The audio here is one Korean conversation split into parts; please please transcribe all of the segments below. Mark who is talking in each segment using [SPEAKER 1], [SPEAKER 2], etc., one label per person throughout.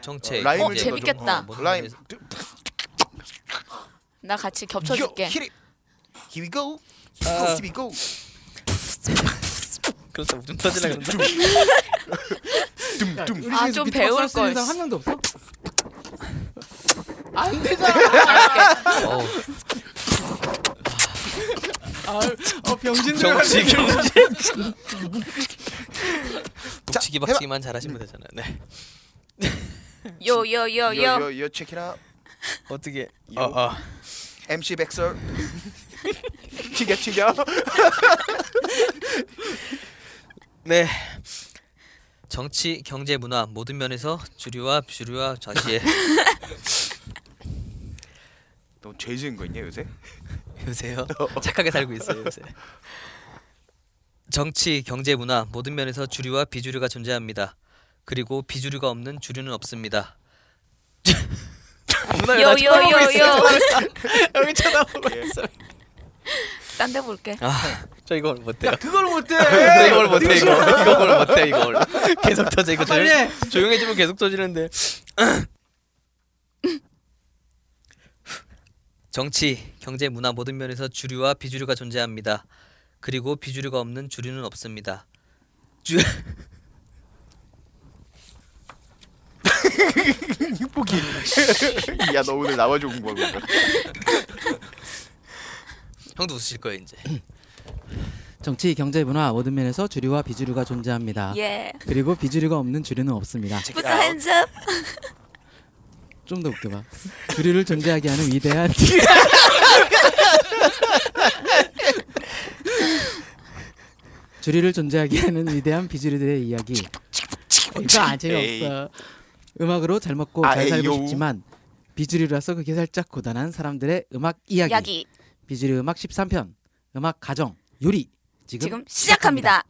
[SPEAKER 1] 정체.
[SPEAKER 2] 라임
[SPEAKER 1] 이제
[SPEAKER 2] 어,
[SPEAKER 3] 재밌겠다.
[SPEAKER 1] 뭐
[SPEAKER 2] 라임.
[SPEAKER 1] 그래서-
[SPEAKER 3] 나 같이 겹쳐줄게.
[SPEAKER 2] 히리. Here we go.
[SPEAKER 1] 아.
[SPEAKER 2] Here we go.
[SPEAKER 1] 그렇다 우좀 어, 터질라 그런다.
[SPEAKER 2] 둠둠.
[SPEAKER 3] 아, 좀 배울 걸.
[SPEAKER 4] 한 명도 없어?
[SPEAKER 1] 어,
[SPEAKER 4] 어 병신들
[SPEAKER 1] 정치 경제.
[SPEAKER 2] 자,
[SPEAKER 1] 북치기
[SPEAKER 2] 해봐.
[SPEAKER 1] 박치기만 잘하시면 되잖아요. 네.
[SPEAKER 3] 요요요요.
[SPEAKER 2] 요요요 check it out.
[SPEAKER 1] 어떻게? 어 어.
[SPEAKER 2] MC 백설. 튀겨 튀겨.
[SPEAKER 1] 네. 정치, 경제, 문화 모든 면에서 주류와 주류와 좌시에
[SPEAKER 2] 너죄 지은 거 있냐 요새?
[SPEAKER 1] 요새요. 착하게 살고 있어요 요새. 정치, 경제, 문화 모든 면에서 주류와 비주류가 존재합니다. 그리고 비주류가 없는 주류는 없습니다. 어, 문화가 나 쳐다보고 있어요.
[SPEAKER 3] 요요요요.
[SPEAKER 1] 여기 쳐다보고 있어.
[SPEAKER 3] 딴 데 볼게.
[SPEAKER 1] 아, 저 이거 못해요.
[SPEAKER 4] 그걸 못해. 네.
[SPEAKER 1] 저 이걸 못해 이거. 이거 걸 못해 이거. 계속 터져 이거
[SPEAKER 4] 빨리
[SPEAKER 1] 조용,
[SPEAKER 4] 해.
[SPEAKER 1] 조용해지면 계속 터지는데. 정치, 경제, 문화 모든 면에서 주류와 비주류가 존재합니다. 그리고 비주류가 없는 주류는 없습니다. 주
[SPEAKER 2] 흑복이. 야너 그러니까. 오늘 나와줘 공부하고. 있다.
[SPEAKER 1] 형도 웃으실 거예요 이제.
[SPEAKER 4] 정치, 경제, 문화 모든 면에서 주류와 비주류가 존재합니다.
[SPEAKER 3] 예.
[SPEAKER 4] 그리고 비주류가 없는 주류는 없습니다.
[SPEAKER 3] Put your hands up.
[SPEAKER 4] 좀 더 웃겨봐. 주류를 존재하게 하는 위대한 주류를 존재하게 하는 위대한 비주류들의 이야기. 이거 안 재미없어. 음악으로 잘 먹고 잘
[SPEAKER 2] 아이,
[SPEAKER 4] 살고
[SPEAKER 2] 요우.
[SPEAKER 4] 싶지만 비주류라서 그게 살짝 고단한 사람들의 음악 이야기.
[SPEAKER 3] 이야기
[SPEAKER 4] 비주류 음악 13편. 음악 가정 요리. 지금,
[SPEAKER 3] 지금 시작합니다.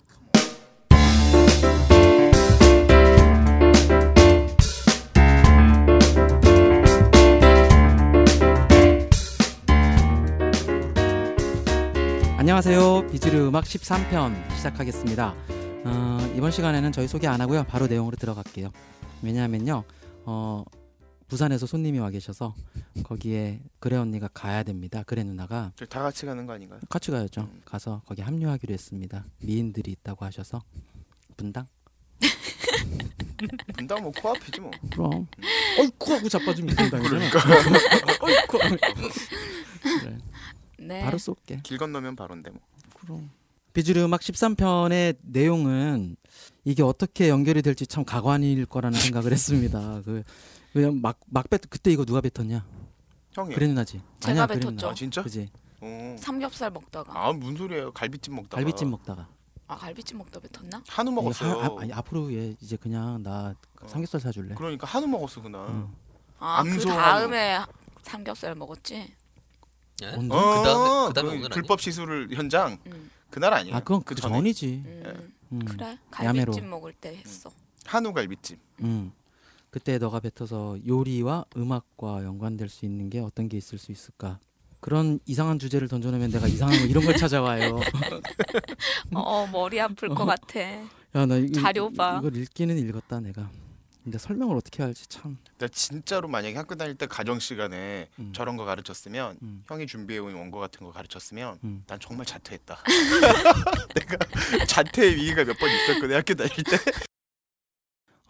[SPEAKER 4] 안녕하세요. 비주류 음악 13편 시작하겠습니다. 어, 이번 시간에는 저희 소개 안 하고요. 바로 내용으로 들어갈게요. 왜냐하면요. 어, 부산에서 손님이 와 계셔서 거기에 그래 언니가 가야 됩니다. 그래 누나가
[SPEAKER 2] 저다 같이 가는 거 아닌가요?
[SPEAKER 4] 같이 가야죠. 가서 거기 합류하기로 했습니다. 미인들이 있다고 하셔서 분당?
[SPEAKER 2] 분당 뭐 코앞이지 뭐.
[SPEAKER 4] 그럼. 어이쿠 하고 자빠지면 분당이잖아. 어이쿠. 그래,
[SPEAKER 3] 네.
[SPEAKER 4] 바로 쏠게.
[SPEAKER 2] 길 건너면 바로인데 뭐.
[SPEAKER 4] 그럼. 비주류 음악 13편의 내용은 이게 어떻게 연결이 될지 참 가관일 거라는 생각을 했습니다. 그 그냥 막막 뱉, 그때 이거 누가 뱉었냐?
[SPEAKER 2] 형이.
[SPEAKER 4] 그래 누나지.
[SPEAKER 3] 제가
[SPEAKER 4] 아니야,
[SPEAKER 3] 뱉었죠.
[SPEAKER 4] 그래 누나.
[SPEAKER 2] 예. 아 진짜?
[SPEAKER 4] 그지.
[SPEAKER 2] 어.
[SPEAKER 3] 삼겹살 먹다가
[SPEAKER 2] 아뭔 소리예요? 갈비찜 먹다가.
[SPEAKER 4] 갈비찜 먹다가.
[SPEAKER 3] 아 갈비찜 먹다 뱉었나?
[SPEAKER 2] 한우 먹었어요. 어.
[SPEAKER 4] 이거 하- 아, 아니, 앞으로 얘 이제 그냥 나 삼겹살 사줄래.
[SPEAKER 2] 그러니까 한우 먹었어 그날.
[SPEAKER 4] 응.
[SPEAKER 3] 아그
[SPEAKER 2] 암소하고.
[SPEAKER 3] 다음에 삼겹살 먹었지.
[SPEAKER 1] 예?
[SPEAKER 4] 어,
[SPEAKER 1] 그 다음에 그 다음에
[SPEAKER 2] 그
[SPEAKER 1] 오늘
[SPEAKER 2] 불법 시술 현장
[SPEAKER 3] 음.
[SPEAKER 2] 예. 그날 아니에요.
[SPEAKER 4] 아 그건 그
[SPEAKER 2] 전에.
[SPEAKER 4] 전이지.
[SPEAKER 3] 음.
[SPEAKER 4] 음.
[SPEAKER 3] 그래.
[SPEAKER 4] 야매로.
[SPEAKER 3] 갈비찜 먹을 때 했어.
[SPEAKER 2] 한우 갈비찜.
[SPEAKER 4] 음. 그때 너가 뱉어서 요리와 음악과 연관될 수 있는 게 어떤 게 있을 수 있을까? 그런 이상한 주제를 던져놓으면 내가 이상한 거 이런 걸 찾아와요. 음.
[SPEAKER 3] 어 머리 아플 것 같아.
[SPEAKER 4] 야, 나 이,
[SPEAKER 3] 자료 봐.
[SPEAKER 4] 이걸 읽기는 읽었다 내가. 근데 설명을 어떻게 할지 참.
[SPEAKER 2] 나 그러니까 진짜로 만약에 학교 다닐 때 가정 시간에
[SPEAKER 4] 음.
[SPEAKER 2] 저런 거 가르쳤으면
[SPEAKER 4] 음.
[SPEAKER 2] 형이 준비해 온 원고 같은 거 가르쳤으면
[SPEAKER 4] 음.
[SPEAKER 2] 난 정말 자퇴했다. 내가 자퇴의 위기가 몇 번 있었거든 학교 다닐 때.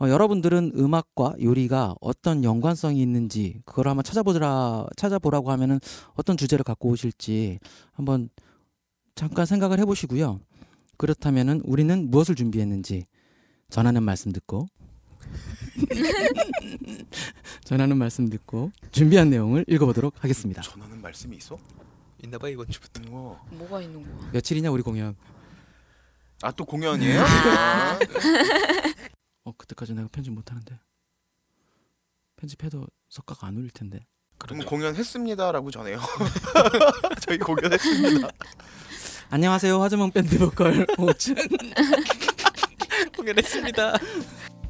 [SPEAKER 4] 어, 여러분들은 음악과 요리가 어떤 연관성이 있는지 그걸 한번 찾아보라 찾아보라고 하면은 어떤 주제를 갖고 오실지 한번 잠깐 생각을 해보시고요. 그렇다면은 우리는 무엇을 준비했는지 전하는 말씀 듣고 전하는 말씀 듣고 준비한 내용을 읽어보도록 하겠습니다.
[SPEAKER 2] 전하는 말씀이 있어?
[SPEAKER 1] 있나봐 이번 주부터.
[SPEAKER 2] 우와.
[SPEAKER 3] 뭐가 있는 거야?
[SPEAKER 4] 며칠이냐 우리 공연?
[SPEAKER 2] 아또 공연이에요?
[SPEAKER 4] 음.
[SPEAKER 3] 아.
[SPEAKER 4] 어 그때까지 내가 편집 못하는데 편집해도 석가가 안 울릴 텐데.
[SPEAKER 2] 그럼 공연했습니다라고 전해요. 저희 공연했습니다.
[SPEAKER 4] 안녕하세요 화재몽 밴드 보컬 오준
[SPEAKER 1] 공연했습니다.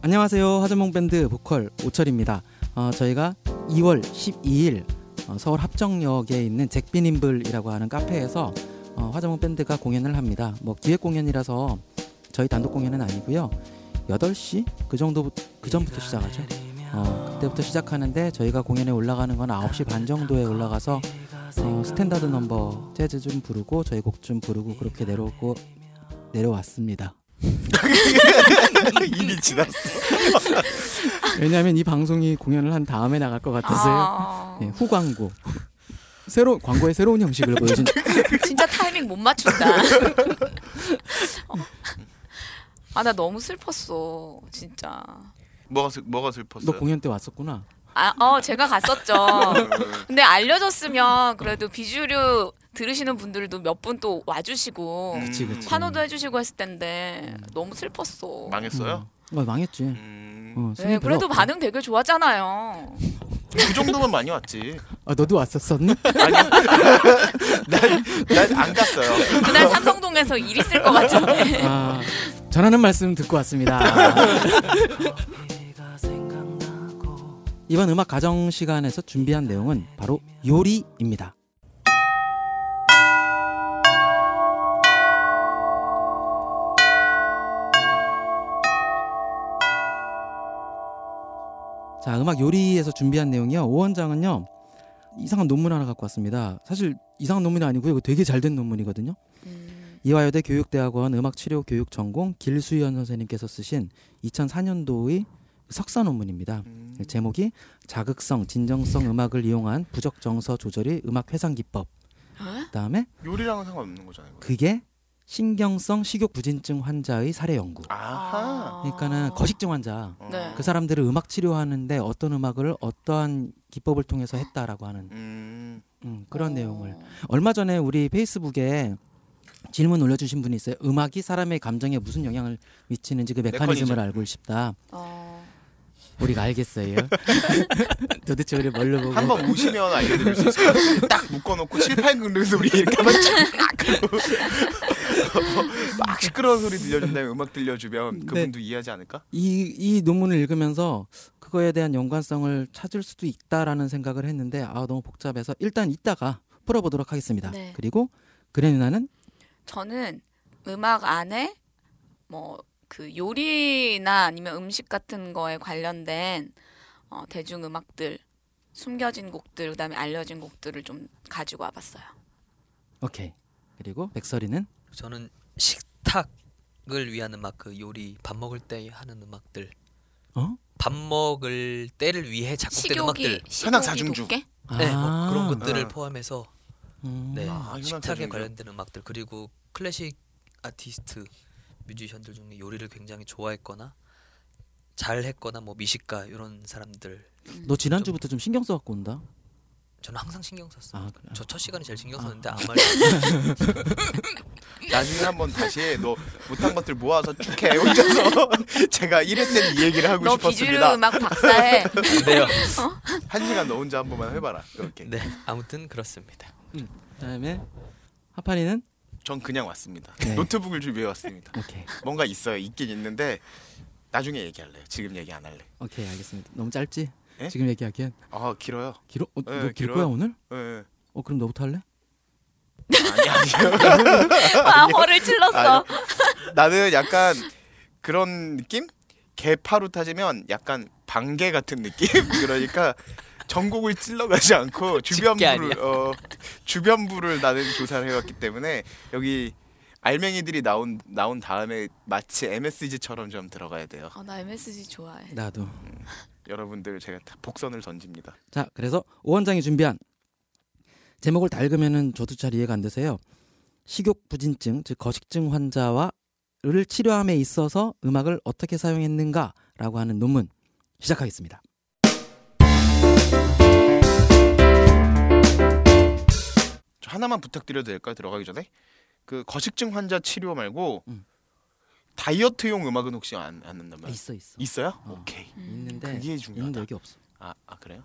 [SPEAKER 4] 안녕하세요 화재몽 밴드 보컬 오철입니다 어, 저희가 2월 12일 어, 서울 합정역에 있는 잭비님블이라고 하는 카페에서 어, 화재몽 밴드가 공연을 합니다 뭐 기획 공연이라서 저희 단독 공연은 아니고요 8시 그 정도 그 전부터 시작하죠 어, 때부터 시작하는데 저희가 공연에 올라가는 건 9시 반 정도에 올라가서 어, 스탠다드 넘버 재즈 좀 부르고 저희 곡 좀 부르고 그렇게 내려오고 내려왔습니다.
[SPEAKER 2] 이미 지났어.
[SPEAKER 4] 왜냐하면 이 방송이 공연을 한 다음에 나갈 것 같아서요.
[SPEAKER 3] 아,
[SPEAKER 4] 예, 후광고 새로 광고의 새로운 형식을 보여준
[SPEAKER 2] 그렇죠.
[SPEAKER 3] 진짜 타이밍 못 맞춘다. 어. 아, 나 너무 슬펐어. 진짜.
[SPEAKER 2] 뭐가 슬, 뭐가 슬펐어요?
[SPEAKER 4] 너 공연 때 왔었구나.
[SPEAKER 3] 아, 어, 제가 갔었죠.
[SPEAKER 2] 어,
[SPEAKER 3] 근데 알려줬으면 그래도 비주류 들으시는 분들도 몇 분 또 와주시고
[SPEAKER 2] 음.
[SPEAKER 4] 그치 그치.
[SPEAKER 3] 환호도 해주시고 했을 텐데 너무 슬펐어.
[SPEAKER 2] 망했어요?
[SPEAKER 4] 음. 어, 망했지.
[SPEAKER 2] 음.
[SPEAKER 4] 어, 손이
[SPEAKER 3] 네,
[SPEAKER 4] 별로
[SPEAKER 3] 그래도
[SPEAKER 4] 없다.
[SPEAKER 3] 반응 되게 좋았잖아요.
[SPEAKER 2] 그 정도면 많이 왔지.
[SPEAKER 4] 아, 너도 왔었었니?
[SPEAKER 2] 난난안 갔어요.
[SPEAKER 3] 그날 삼성동에서 일 있을 것 같은데.
[SPEAKER 4] 아, 전하는 말씀 듣고 왔습니다. 이번 음악 가정 시간에서 준비한 내용은 바로 요리입니다. 자, 음악 요리에서 준비한 내용이요. 오 원장은요. 이상한 논문 하나 갖고 왔습니다. 사실 이상한 논문이 아니고요. 이거 되게 잘 된 논문이거든요. 이화여대 교육대학원 음악치료 교육 전공 길수연 선생님께서 쓰신 2004년도의 석사 논문입니다.
[SPEAKER 2] 음,
[SPEAKER 4] 제목이 자극성, 진정성 음악을 이용한 부적 정서 조절의 음악 회상 기법.
[SPEAKER 3] 아.
[SPEAKER 4] 그다음에
[SPEAKER 2] 요리랑은 상관없는 거잖아요.
[SPEAKER 4] 그게 신경성 식욕 부진증 환자의 사례 연구.
[SPEAKER 2] 아하.
[SPEAKER 4] 그러니까는 거식증 환자
[SPEAKER 2] 어.
[SPEAKER 3] 네.
[SPEAKER 4] 그 사람들을 음악 치료하는데 어떤 음악을 어떠한 기법을 통해서 했다라고 하는
[SPEAKER 2] 음.
[SPEAKER 4] 음, 그런 내용을 얼마 전에 우리 페이스북에 질문 올려주신 분이 있어요. 음악이 사람의 감정에 무슨 영향을 미치는지 그 메커니즘을
[SPEAKER 2] 메커니즘.
[SPEAKER 4] 알고 싶다.
[SPEAKER 3] 어.
[SPEAKER 4] 우리가 알겠어요. 도대체 우리 뭘로 보고?
[SPEAKER 2] 한번 오시면 알려드릴 수 있어요. 딱 묶어놓고 칠판 긁는 소리 이렇게 하면 쫙막 시끄러운 소리 들려준 다음에 음악 들려주면 그분도 이해하지 않을까?
[SPEAKER 4] 이, 이 논문을 읽으면서 그거에 대한 연관성을 찾을 수도 있다라는 생각을 했는데 아 너무 복잡해서 일단 이따가 풀어보도록 하겠습니다.
[SPEAKER 3] 네.
[SPEAKER 4] 그리고 그래 누나는
[SPEAKER 3] 저는 음악 안에 뭐 그 요리나 아니면 음식 같은 거에 관련된 어, 대중 음악들 숨겨진 곡들 그다음에 알려진 곡들을 좀 가지고 와봤어요.
[SPEAKER 4] 오케이. 그리고 백설이는
[SPEAKER 1] 저는 식탁을 위한 음악, 그 요리 밥 먹을 때 하는 음악들,
[SPEAKER 4] 어?
[SPEAKER 1] 밥 먹을 때를 위해 작곡된
[SPEAKER 3] 식욕이
[SPEAKER 1] 음악들,
[SPEAKER 2] 현악
[SPEAKER 3] 식욕이
[SPEAKER 2] 자중주.
[SPEAKER 3] 돋게
[SPEAKER 1] 네, 뭐 그런
[SPEAKER 4] 것.
[SPEAKER 1] 것들을
[SPEAKER 2] 아.
[SPEAKER 1] 포함해서
[SPEAKER 4] 음.
[SPEAKER 1] 네,
[SPEAKER 2] 아, 이건
[SPEAKER 1] 식탁에
[SPEAKER 2] 나중에.
[SPEAKER 1] 관련된 음악들 그리고 클래식 아티스트 뮤지션들 중에 요리를 굉장히 좋아했거나 잘했거나 뭐 미식가 이런 사람들
[SPEAKER 4] 너 지난주부터 좀 신경 써갖고 온다.
[SPEAKER 1] 저는 항상 신경 썼어요.
[SPEAKER 4] 아 그래.
[SPEAKER 1] 저 첫 시간이 제일 신경
[SPEAKER 4] 아.
[SPEAKER 1] 썼는데 아무 말
[SPEAKER 2] 나중에 한번 다시 해. 너 못한 것들 모아서 쭉 해. 혼자서 제가 1회 때는 이 얘기를 하고
[SPEAKER 3] 너
[SPEAKER 2] 싶었습니다.
[SPEAKER 3] 비주류 음악 박사해.
[SPEAKER 1] 안 돼요.
[SPEAKER 2] 한 시간 너 혼자 한 번만 해봐라. 이렇게.
[SPEAKER 1] 네, 아무튼 그렇습니다.
[SPEAKER 4] 그다음에 하파리는
[SPEAKER 2] 전 그냥 왔습니다.
[SPEAKER 4] 네.
[SPEAKER 2] 노트북을 준비해 왔습니다.
[SPEAKER 4] 오케이.
[SPEAKER 2] 뭔가 있어요. 있긴 있는데 나중에 얘기할래요. 지금 얘기 안 할래.
[SPEAKER 4] 오케이 알겠습니다. 너무 짧지?
[SPEAKER 2] 예?
[SPEAKER 4] 지금 얘기하기엔
[SPEAKER 2] 아 길어요.
[SPEAKER 4] 길어? 어,
[SPEAKER 2] 예,
[SPEAKER 4] 너길
[SPEAKER 2] 길어요.
[SPEAKER 4] 거야 오늘?
[SPEAKER 2] 예, 예.
[SPEAKER 4] 어 그럼 너부터 할래?
[SPEAKER 2] 아니 아니요.
[SPEAKER 3] 아, 허를 찔렀어.
[SPEAKER 2] 나는 약간 그런 느낌? 개파로 타지면 약간 방개 같은 느낌? 그러니까 전곡을 찔러가지 않고 주변부를 어, 주변부를 나는 조사를 해왔기 때문에 여기 알맹이들이 나온 나온 다음에 마치 MSG처럼 좀 들어가야 돼요.
[SPEAKER 3] 어, 나 MSG 좋아해.
[SPEAKER 4] 나도.
[SPEAKER 2] 여러분들 제가 다 복선을 던집니다.
[SPEAKER 4] 자 그래서 오 원장이 준비한 제목을 다 읽으면은 저도 잘 이해가 안 되세요. 식욕 부진증 즉 거식증 환자와를 치료함에 있어서 음악을 어떻게 사용했는가라고 하는 논문 시작하겠습니다.
[SPEAKER 2] 저 하나만 부탁드려도 될까요? 들어가기 전에 그 거식증 환자 치료 말고
[SPEAKER 4] 음.
[SPEAKER 2] 다이어트용 음악은 혹시 안, 안 한단 말이에요?
[SPEAKER 4] 있어 있어.
[SPEAKER 2] 있어요?
[SPEAKER 4] 어.
[SPEAKER 2] 네. 오케이.
[SPEAKER 3] 음.
[SPEAKER 4] 있는데
[SPEAKER 2] 그게
[SPEAKER 4] 있는데
[SPEAKER 2] 중요하다.
[SPEAKER 4] 여기 없어.
[SPEAKER 2] 아, 아 그래요?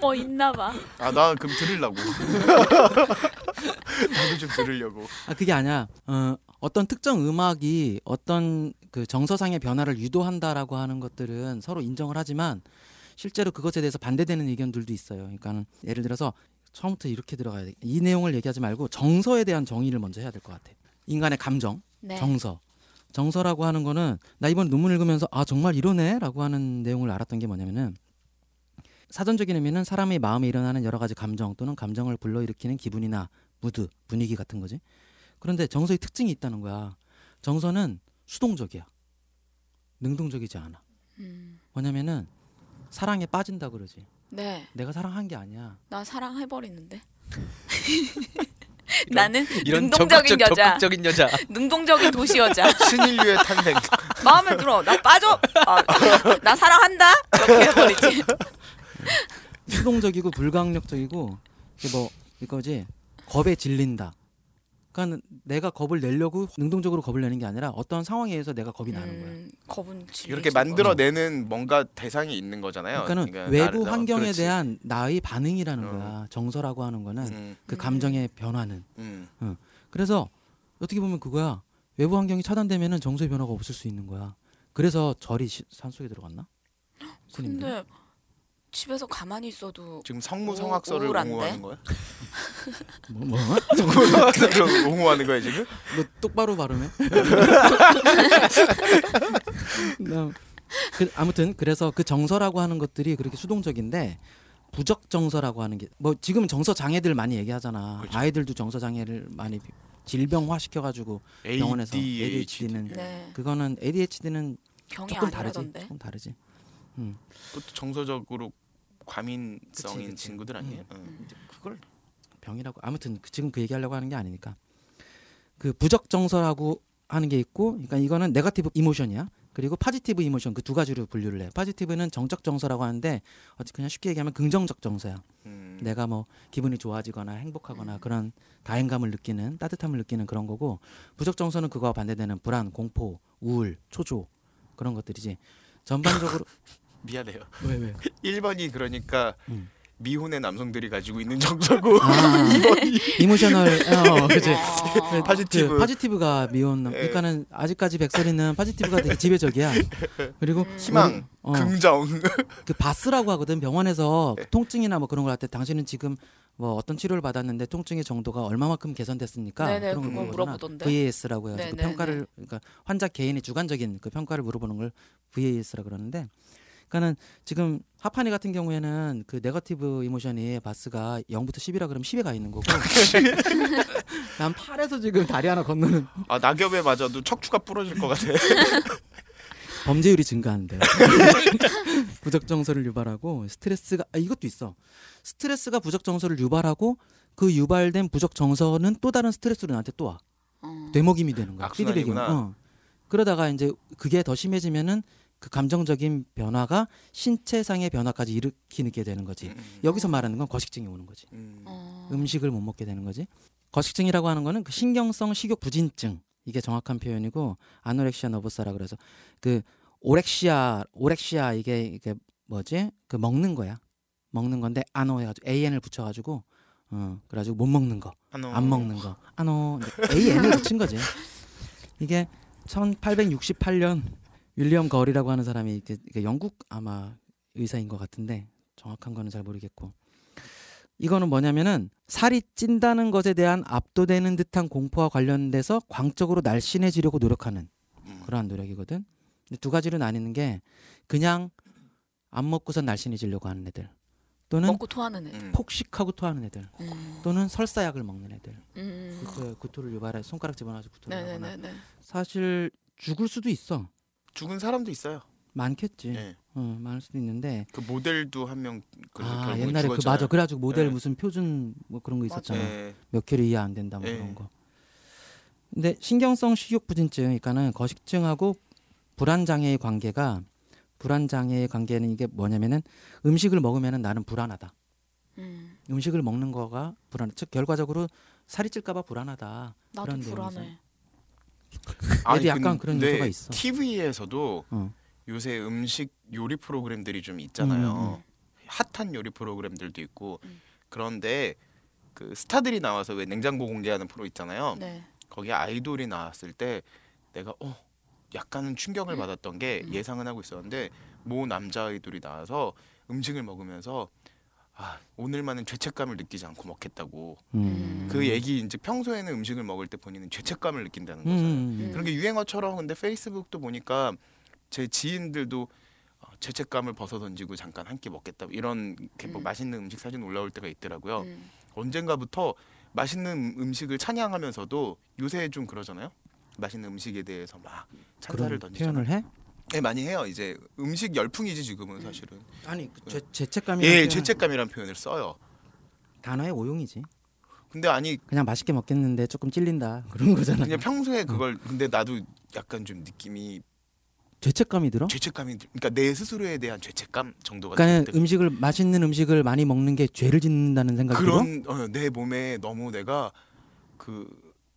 [SPEAKER 3] 뭐 있나 봐.
[SPEAKER 2] 아, 나 그럼 들으려고. 나도 좀 들으려고.
[SPEAKER 4] 아 그게 아니야. 어, 어떤 특정 음악이 어떤 그 정서상의 변화를 유도한다라고 하는 것들은 서로 인정을 하지만 실제로 그것에 대해서 반대되는 의견들도 있어요. 그러니까는 예를 들어서 처음부터 이렇게 들어가야 돼. 이 내용을 얘기하지 말고 정서에 대한 정의를 먼저 해야 될 것 같아. 인간의 감정,
[SPEAKER 3] 네.
[SPEAKER 4] 정서. 정서라고 하는 거는 나 이번 논문 읽으면서 아 정말 이러네라고 하는 내용을 알았던 게 뭐냐면은 사전적인 의미는 사람의 마음에 일어나는 여러 가지 감정 또는 감정을 불러일으키는 기분이나 무드, 분위기 같은 거지. 그런데 정서의 특징이 있다는 거야. 정서는 수동적이야. 능동적이지 않아.
[SPEAKER 3] 음.
[SPEAKER 4] 뭐냐면은 사랑에 빠진다 그러지.
[SPEAKER 3] 네,
[SPEAKER 4] 내가 사랑한 게 아니야.
[SPEAKER 3] 나 사랑해버리는데. 나는
[SPEAKER 1] 이런
[SPEAKER 3] 능동적인
[SPEAKER 1] 적극적,
[SPEAKER 3] 여자,
[SPEAKER 1] 적극적인 여자.
[SPEAKER 3] 능동적인 도시 여자.
[SPEAKER 2] 신인류의 탄생.
[SPEAKER 3] 마음에 들어, 나 빠져, 아, 나 사랑한다. 이렇게 해버리지.
[SPEAKER 4] 수동적이고 불강력적이고 이게 뭐 이거지 겁에 질린다. 그러니까 내가 겁을 내려고 능동적으로 겁을 내는 게 아니라 어떠한 상황에 의해서 내가 겁이 나는 거야.
[SPEAKER 3] 음, 겁은 질리지.
[SPEAKER 2] 이렇게 만들어내는 뭔가 대상이 있는 거잖아요.
[SPEAKER 4] 그러니까는
[SPEAKER 2] 그러니까
[SPEAKER 4] 외부
[SPEAKER 2] 나를-
[SPEAKER 4] 환경에
[SPEAKER 2] 그렇지.
[SPEAKER 4] 대한 나의 반응이라는
[SPEAKER 2] 어.
[SPEAKER 4] 거야. 정서라고 하는 거는
[SPEAKER 2] 음,
[SPEAKER 4] 그
[SPEAKER 3] 음.
[SPEAKER 4] 감정의 변화는.
[SPEAKER 2] 음.
[SPEAKER 4] 그래서 어떻게 보면 그거야. 외부 환경이 차단되면은 정서의 변화가 없을 수 있는 거야. 그래서 절이 시- 산속에 들어갔나? 스님들.
[SPEAKER 3] 근데 집에서 가만히 있어도
[SPEAKER 2] 지금 성무성악서를
[SPEAKER 3] 우- 우울한데?
[SPEAKER 2] 옹호하는 거야?
[SPEAKER 4] 뭐, 뭐?
[SPEAKER 2] 성무성악서를 옹호하는 거야 지금?
[SPEAKER 4] 너 똑바로 발음해. 나- 그, 아무튼 그래서 그 정서라고 하는 것들이 그렇게 수동적인데 부적 정서라고 하는 게 뭐 지금 정서 장애들 많이 얘기하잖아.
[SPEAKER 2] 그렇죠.
[SPEAKER 4] 아이들도 정서 장애를 많이 비- 질병화 시켜가지고 병원에서 ADHD는
[SPEAKER 3] 네
[SPEAKER 4] 그거는 ADHD는
[SPEAKER 3] 병이
[SPEAKER 4] 조금 다르지.
[SPEAKER 3] 아니라던데.
[SPEAKER 4] 조금 다르지.
[SPEAKER 2] 그것도 정서적으로 과민성인
[SPEAKER 4] 그치, 음. 그치.
[SPEAKER 2] 친구들 아니에요? 음. 응.
[SPEAKER 4] 그걸 병이라고 아무튼 그- 지금 그 얘기하려고 하는 게 아니니까 그 부적 정서라고 하는 게 있고 그러니까 이거는 네거티브 이모션이야 그리고 파지티브 이모션 그 두 가지로 분류를 해 파지티브는 정적 정서라고 하는데 어찌 그냥 쉽게 얘기하면 긍정적 정서야
[SPEAKER 2] 음.
[SPEAKER 4] 내가 뭐 기분이 좋아지거나 행복하거나
[SPEAKER 3] 음.
[SPEAKER 4] 그런 다행감을 느끼는 따뜻함을 느끼는 그런 거고 부적 정서는 그거와 반대되는 불안 공포 우울 초조 그런 것들이지 전반적으로
[SPEAKER 2] 미안해요.
[SPEAKER 4] 왜 왜?
[SPEAKER 2] 1번이 그러니까
[SPEAKER 4] 음.
[SPEAKER 2] 미혼의 남성들이 가지고 있는 정서고
[SPEAKER 4] 아, 이모셔널 어, 그치
[SPEAKER 3] 아,
[SPEAKER 2] 파지티브.
[SPEAKER 4] 그 파지티브가 미혼 남.
[SPEAKER 2] 예.
[SPEAKER 4] 그러니까는 아직까지 백설이는 파지티브가 되게 지배적이야. 그리고
[SPEAKER 2] 희망,
[SPEAKER 4] 어,
[SPEAKER 2] 긍정.
[SPEAKER 4] 그 바스라고 하거든. 병원에서 통증이나 뭐 그런 걸 할 때 당신은 지금 뭐 어떤 치료를 받았는데 통증의 정도가 얼마만큼 개선됐습니까?
[SPEAKER 3] 네네,
[SPEAKER 4] 그런 거
[SPEAKER 3] 그거
[SPEAKER 4] 물어보잖아.
[SPEAKER 3] 물어보던데.
[SPEAKER 4] VAS라고 해가지고
[SPEAKER 3] 네네네.
[SPEAKER 4] 평가를 그러니까 환자 개인의 주관적인 그 평가를 물어보는 걸 VAS라 그러는데 그러니까는 지금 하파니 같은 경우에는 그 네거티브 이모션이 바스가 0부터 10이라 그러면 10에 가 있는 거고 난 8에서 지금 다리 하나 건너는
[SPEAKER 2] 아 낙엽에 맞아도 척추가 부러질 것 같아.
[SPEAKER 4] 범죄율이 증가한대. 부적 정서를 유발하고 스트레스가 아, 이것도 있어. 스트레스가 부적 정서를 유발하고 그 유발된 부적 정서는 또 다른 스트레스로 나한테 또 와.
[SPEAKER 3] 어.
[SPEAKER 4] 되먹임이 되는 거야.
[SPEAKER 2] 악순환이구나.
[SPEAKER 4] 피드백이. 어. 그러다가 이제 그게 더 심해지면은 그 감정적인 변화가 신체상의 변화까지 일으키게 되는 거지. 예. 여기서 말하는 건 거식증이 오는 거지.
[SPEAKER 2] 음.
[SPEAKER 3] 어.
[SPEAKER 4] 음식을 못 먹게 되는 거지. 거식증이라고 하는 거는 그 신경성 식욕 부진증 이게 정확한 표현이고 아노렉시아 너버사라 그래서 그 오렉시아 오렉시아 이게 이게 뭐지 그 먹는 거야 먹는 건데 아노 해가지고 an을 붙여가지고 어 그래가지고 못 먹는 거
[SPEAKER 2] 아, 너.
[SPEAKER 3] 어.
[SPEAKER 4] 안 먹는 거 아노 an을 붙인 거지 이게 1868년 윌리엄 거리라고 하는 사람이 이게 이게 영국 아마 의사인 것 같은데 정확한 거는 잘 모르겠고 이거는 뭐냐면은 살이 찐다는 것에 대한 압도되는 듯한 공포와 관련돼서 광적으로 날씬해지려고 노력하는
[SPEAKER 2] 음.
[SPEAKER 4] 그러한 노력이거든. 근데 두 가지로 나뉘는 게 그냥 안 먹고선 날씬해지려고 하는 애들 또는
[SPEAKER 3] 먹고 토하는 애.
[SPEAKER 2] 음.
[SPEAKER 4] 폭식하고 토하는 애들
[SPEAKER 3] 음.
[SPEAKER 4] 또는 설사약을 먹는 애들
[SPEAKER 3] 음.
[SPEAKER 4] 그
[SPEAKER 2] 아.
[SPEAKER 4] 구토를 유발해 손가락 집어넣어서 구토를 하거나
[SPEAKER 3] 네네네네.
[SPEAKER 4] 사실 죽을 수도 있어
[SPEAKER 2] 죽은 사람도 있어요.
[SPEAKER 4] 많겠지
[SPEAKER 2] 예.
[SPEAKER 4] 어, 많을 수도 있는데
[SPEAKER 2] 그 모델도 한 명 그래서
[SPEAKER 4] 아
[SPEAKER 2] 결국
[SPEAKER 4] 옛날에 그
[SPEAKER 2] 죽었잖아요.
[SPEAKER 4] 맞아 그래가지고 모델
[SPEAKER 2] 예.
[SPEAKER 4] 무슨 표준 뭐 그런 거
[SPEAKER 3] 맞아.
[SPEAKER 4] 있었잖아
[SPEAKER 2] 예.
[SPEAKER 4] 몇 킬로 이하 안 된다 뭐
[SPEAKER 2] 예.
[SPEAKER 4] 그런 거. 근데 신경성 식욕 부진증, 그러니까는 거식증하고 불안 장애의 관계가 불안 장애의 관계는 이게 뭐냐면은 음식을 먹으면은 나는 불안하다.
[SPEAKER 3] 음.
[SPEAKER 4] 음식을 먹는 거가 불안. 즉 결과적으로 살이 찔까봐 불안하다.
[SPEAKER 3] 나도
[SPEAKER 4] 그런
[SPEAKER 3] 불안해.
[SPEAKER 4] 내용이죠. 얘도 약간 그런
[SPEAKER 2] 근데
[SPEAKER 4] 요소가 있어.
[SPEAKER 2] TV에서도
[SPEAKER 4] 어.
[SPEAKER 2] 요새 음식 요리 프로그램들이 좀
[SPEAKER 4] 음,
[SPEAKER 2] 있잖아요. 핫한 요리 프로그램들도 있고
[SPEAKER 3] 음.
[SPEAKER 2] 그런데 그 스타들이 나와서 왜 냉장고 공개하는 프로 있잖아요.
[SPEAKER 3] 네.
[SPEAKER 2] 거기 아이돌이 나왔을 때 내가 어 약간은 충격을 받았던 게
[SPEAKER 3] 음.
[SPEAKER 2] 예상은 하고 있었는데 모 남자 아이돌이 나와서 음식을 먹으면서 아, 오늘만은 죄책감을 느끼지 않고 먹겠다고
[SPEAKER 4] 음.
[SPEAKER 2] 그 얘기 이제 평소에는 음식을 먹을 때 본인은 죄책감을 느낀다는
[SPEAKER 4] 음,
[SPEAKER 2] 거잖아요.
[SPEAKER 4] 음,
[SPEAKER 2] 그런 게 유행어처럼 근데 페이스북도 보니까 제 지인들도 어, 죄책감을 벗어던지고 잠깐 한 끼 먹겠다 이런 이렇게 뭐
[SPEAKER 3] 음.
[SPEAKER 2] 맛있는 음식 사진 올라올 때가 있더라고요.
[SPEAKER 3] 음.
[SPEAKER 2] 언젠가부터 맛있는 음식을 찬양하면서도 요새 좀 그러잖아요. 맛있는 음식에 대해서 막 찬사를
[SPEAKER 4] 그런
[SPEAKER 2] 던지잖아요.
[SPEAKER 4] 표현을 해?
[SPEAKER 2] 네, 많이 해요. 이제 음식 열풍이지 지금은
[SPEAKER 3] 음.
[SPEAKER 2] 사실은.
[SPEAKER 4] 아니 그 죄, 죄책감이
[SPEAKER 2] 예, 죄책감이란 표현을 써요.
[SPEAKER 4] 단어의 오용이지.
[SPEAKER 2] 근데 아니
[SPEAKER 4] 그냥 맛있게 먹겠는데 조금 찔린다 그런 거잖아.
[SPEAKER 2] 그냥
[SPEAKER 4] 음.
[SPEAKER 2] 평소에 그걸 근데 나도 약간 좀 느낌이
[SPEAKER 4] 죄책감이 들어?
[SPEAKER 2] 죄책감이 들- 그러니까 내 스스로에 대한 죄책감 정도가 들
[SPEAKER 4] 그러니까
[SPEAKER 2] 때가
[SPEAKER 4] 음식을 맛있는 음식을 많이 먹는 게 죄를 짓는다는 생각이 들어?
[SPEAKER 2] 그런 어, 내 몸에 너무 내가 그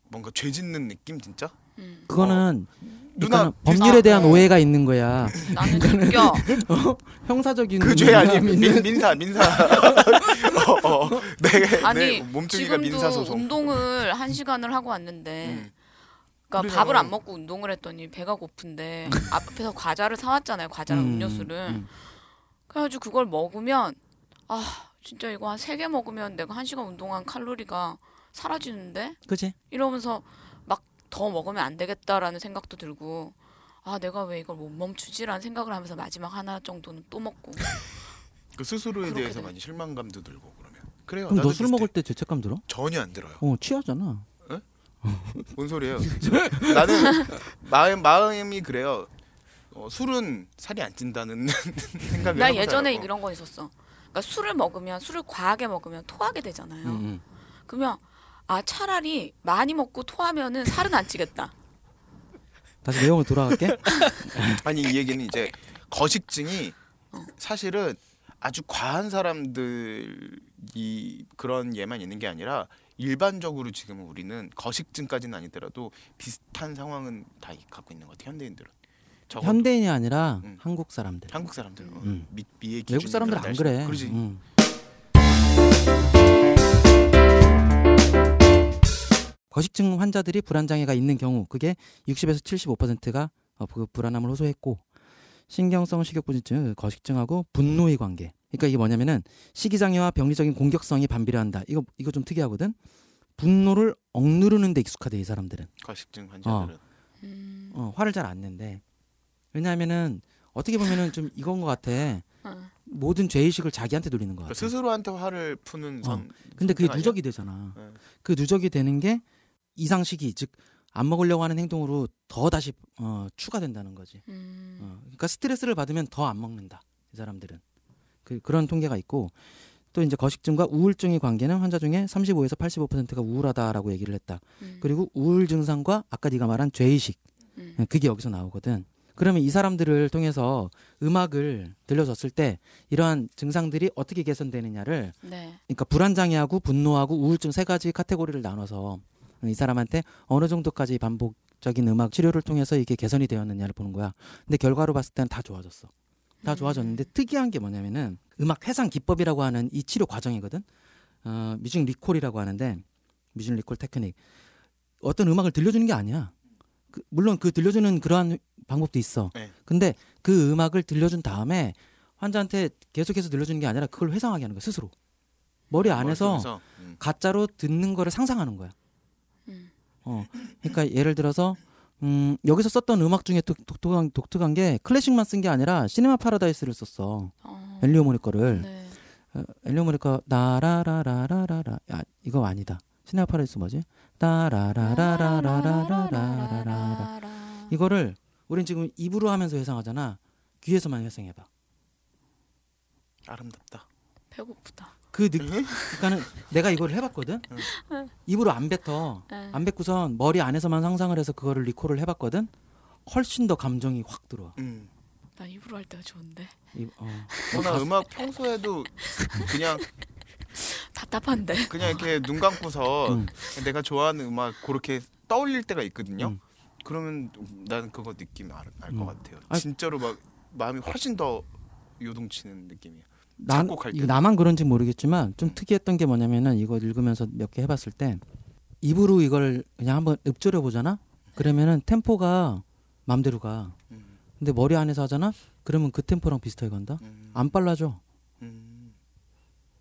[SPEAKER 2] 뭔가 죄 짓는 느낌 진짜?
[SPEAKER 3] 음.
[SPEAKER 4] 그거는
[SPEAKER 2] 누나,
[SPEAKER 4] 그러니까 법률에 대한
[SPEAKER 2] 아, 어.
[SPEAKER 4] 오해가 있는 거야.
[SPEAKER 3] 나는 죽여.
[SPEAKER 4] 어? 형사적인
[SPEAKER 2] 그 죄 아니
[SPEAKER 4] 의미가 있는-
[SPEAKER 2] 민, 민사 민사. 어, 어. 내,
[SPEAKER 3] 아니
[SPEAKER 2] 내 몸뚱이가
[SPEAKER 3] 지금도
[SPEAKER 2] 민사 소송.
[SPEAKER 3] 운동을 한 시간을 하고 왔는데
[SPEAKER 2] 음.
[SPEAKER 3] 그러니까
[SPEAKER 2] 그래요.
[SPEAKER 4] 어.
[SPEAKER 3] 밥을 안 먹고 운동을 했더니 배가 고픈데 앞에서 과자를 사왔잖아요. 과자랑
[SPEAKER 4] 음,
[SPEAKER 3] 음, 료수를
[SPEAKER 4] 음.
[SPEAKER 3] 그래가지고 그걸 먹으면 아 진짜 이거 한 세 개 먹으면 내가 한 시간 운동한 칼로리가 사라지는데
[SPEAKER 4] 그치?
[SPEAKER 3] 이러면서 막 더 먹으면 안 되겠다라는 생각도 들고 아 내가 왜 이걸 못 멈추지라는 생각을 하면서 마지막 하나 정도는 또 먹고
[SPEAKER 2] 그 스스로에
[SPEAKER 3] 그렇게
[SPEAKER 2] 대해서
[SPEAKER 3] 돼요.
[SPEAKER 2] 많이 실망감도 들고 그러면. 그래요.
[SPEAKER 4] 그럼
[SPEAKER 2] 아, 나도
[SPEAKER 4] 너 술
[SPEAKER 2] 비슷해.
[SPEAKER 4] 먹을 때 죄책감 들어?
[SPEAKER 2] 전혀 안 들어요.
[SPEAKER 4] 어 취하잖아.
[SPEAKER 2] 뭔 소리예요? 나는 마음 마음이 그래요. 어, 술은 살이 안 찐다는 생각을
[SPEAKER 3] 나
[SPEAKER 2] 하고
[SPEAKER 3] 예전에
[SPEAKER 2] 살아요.
[SPEAKER 3] 이런 건 있었어. 그러니까 술을 먹으면 술을 과하게 먹으면 토하게 되잖아요.
[SPEAKER 4] 음,
[SPEAKER 3] 그러면 아 차라리 많이 먹고 토하면은 살은 안 찌겠다.
[SPEAKER 4] 다시 내용으로 돌아갈게.
[SPEAKER 2] 아니 이 얘기는 이제 거식증이 사실은 아주 과한 사람들이 그런 예만 있는 게 아니라 일반적으로 지금 우리는 거식증까지는 아니더라도 비슷한 상황은 다 갖고 있는 것 같아요 현대인들은 적어도
[SPEAKER 4] 현대인이 아니라
[SPEAKER 2] 음.
[SPEAKER 4] 한국 사람들.
[SPEAKER 2] 한국 사람들은
[SPEAKER 4] 음.
[SPEAKER 2] 미, 미의 기준이
[SPEAKER 4] 외국 사람들 안
[SPEAKER 2] 그런
[SPEAKER 4] 그래.
[SPEAKER 2] 날씨- 그러지
[SPEAKER 4] 음. 거식증 환자들이 불안 장애가 있는 경우 그게 60에서 75%가 어, 그 불안함을 호소했고 신경성 식욕부진증 거식증하고 분노의 관계. 그러니까 이게 뭐냐면은 식이장애와 병리적인 공격성이 반비례한다. 이거 이거 좀 특이하거든. 분노를 억누르는 데 익숙하대 이 사람들은.
[SPEAKER 2] 거식증 환자들은 그러니까
[SPEAKER 3] 음,
[SPEAKER 4] 어, 화를 잘 안 낸대. 왜냐하면은 어떻게 보면은 좀 이건 것 같아.
[SPEAKER 3] 어.
[SPEAKER 4] 모든 죄의식을 자기한테 돌리는 것
[SPEAKER 2] 그러니까
[SPEAKER 4] 같아.
[SPEAKER 2] 스스로한테 화를 푸는 선
[SPEAKER 4] 어. 근데 그게
[SPEAKER 2] 아니야?
[SPEAKER 4] 누적이 되잖아.
[SPEAKER 2] 네.
[SPEAKER 4] 그 누적이 되는 게 이상 시기 즉 안 먹으려고 하는 행동으로 더 다시 어, 추가된다는 거지.
[SPEAKER 3] 음.
[SPEAKER 4] 어, 그러니까 스트레스를 받으면 더 안 먹는다. 이 사람들은 그, 그런 통계가 있고 또 이제 거식증과 우울증의 관계는 환자 중에 35에서 85%가 우울하다라고 얘기를 했다.
[SPEAKER 3] 음.
[SPEAKER 4] 그리고 우울 증상과 아까 네가 말한 죄의식
[SPEAKER 3] 음.
[SPEAKER 4] 그게 여기서 나오거든. 그러면 이 사람들을 통해서 음악을 들려줬을 때 이러한 증상들이 어떻게 개선되느냐를
[SPEAKER 3] 네.
[SPEAKER 4] 그러니까 불안 장애하고 분노하고 우울증 세 가지 카테고리를 나눠서 이 사람한테 어느 정도까지 반복적인 음악 치료를 통해서 이게 개선이 되었느냐를 보는 거야. 근데 결과로 봤을 때는 다 좋아졌어. 다 좋아졌는데 특이한 게 뭐냐면은 음악 회상 기법이라고 하는 이 치료 과정이거든. 어, 뮤직 리콜이라고 하는데 뮤직 리콜 테크닉. 어떤 음악을 들려주는 게 아니야. 그- 물론 그 들려주는 그러한 방법도 있어.
[SPEAKER 2] 네.
[SPEAKER 4] 근데 그 음악을 들려준 다음에 환자한테 계속해서 들려주는 게 아니라 그걸 회상하게 하는 거야 스스로. 머리 안에서
[SPEAKER 2] 머릿속에서. 음.
[SPEAKER 4] 가짜로 듣는 거를 상상하는 거야.
[SPEAKER 3] 음.
[SPEAKER 4] 어, 그러니까 예를 들어서 음, 여기서 썼던 음악 중에 독, 독특한, 독특한 게 클래식만 쓴 게 아니라 시네마 파라다이스를 썼어.
[SPEAKER 3] 어.
[SPEAKER 4] 엘리오 모니커를
[SPEAKER 3] 네.
[SPEAKER 4] 어, 엘리오 모니커 나라라라라라라 아, 이거 아니다. 시네마 파라다이스 뭐지? 나라라라라라라라라라 이거를 우린 지금 입으로 하면서 회상하잖아. 귀에서만 회상해봐.
[SPEAKER 2] 아름답다
[SPEAKER 3] 배고프다.
[SPEAKER 4] 그 느,
[SPEAKER 2] 네?
[SPEAKER 4] 그러니까는 내가 이걸 해봤거든. 입으로 안 뱉어.
[SPEAKER 3] 네.
[SPEAKER 4] 안 뱉고선 머리 안에서만 상상을 해서 그거를 리콜을 해봤거든. 훨씬 더 감정이 확 들어와.
[SPEAKER 2] 음.
[SPEAKER 3] 나 입으로 할 때가 좋은데
[SPEAKER 4] 이- 어.
[SPEAKER 2] 저는 음악 평소에도 그냥
[SPEAKER 3] 답답한데.
[SPEAKER 2] 그냥 이렇게 눈 감고서
[SPEAKER 4] 음.
[SPEAKER 2] 내가 좋아하는 음악 그렇게 떠올릴 때가 있거든요.
[SPEAKER 4] 음.
[SPEAKER 2] 그러면 난 그거 느낌 알것
[SPEAKER 4] 음.
[SPEAKER 2] 같아요.
[SPEAKER 4] 아니-
[SPEAKER 2] 진짜로 막 마음이 훨씬 더 요동치는 느낌이에요.
[SPEAKER 4] 난,
[SPEAKER 2] 작곡할
[SPEAKER 4] 이거
[SPEAKER 2] 때도.
[SPEAKER 4] 나만 그런지 모르겠지만 좀 특이했던 게 뭐냐면은 이거 읽으면서 몇 개 해봤을 때 입으로 이걸 그냥 한번 읊조려 보잖아. 그러면은 템포가 맘대로 가.
[SPEAKER 2] 음.
[SPEAKER 4] 근데 머리
[SPEAKER 2] 아.
[SPEAKER 4] 안에서 하잖아. 그러면 그 템포랑 비슷하게 간다.
[SPEAKER 2] 음.
[SPEAKER 4] 안 빨라져.
[SPEAKER 2] 음.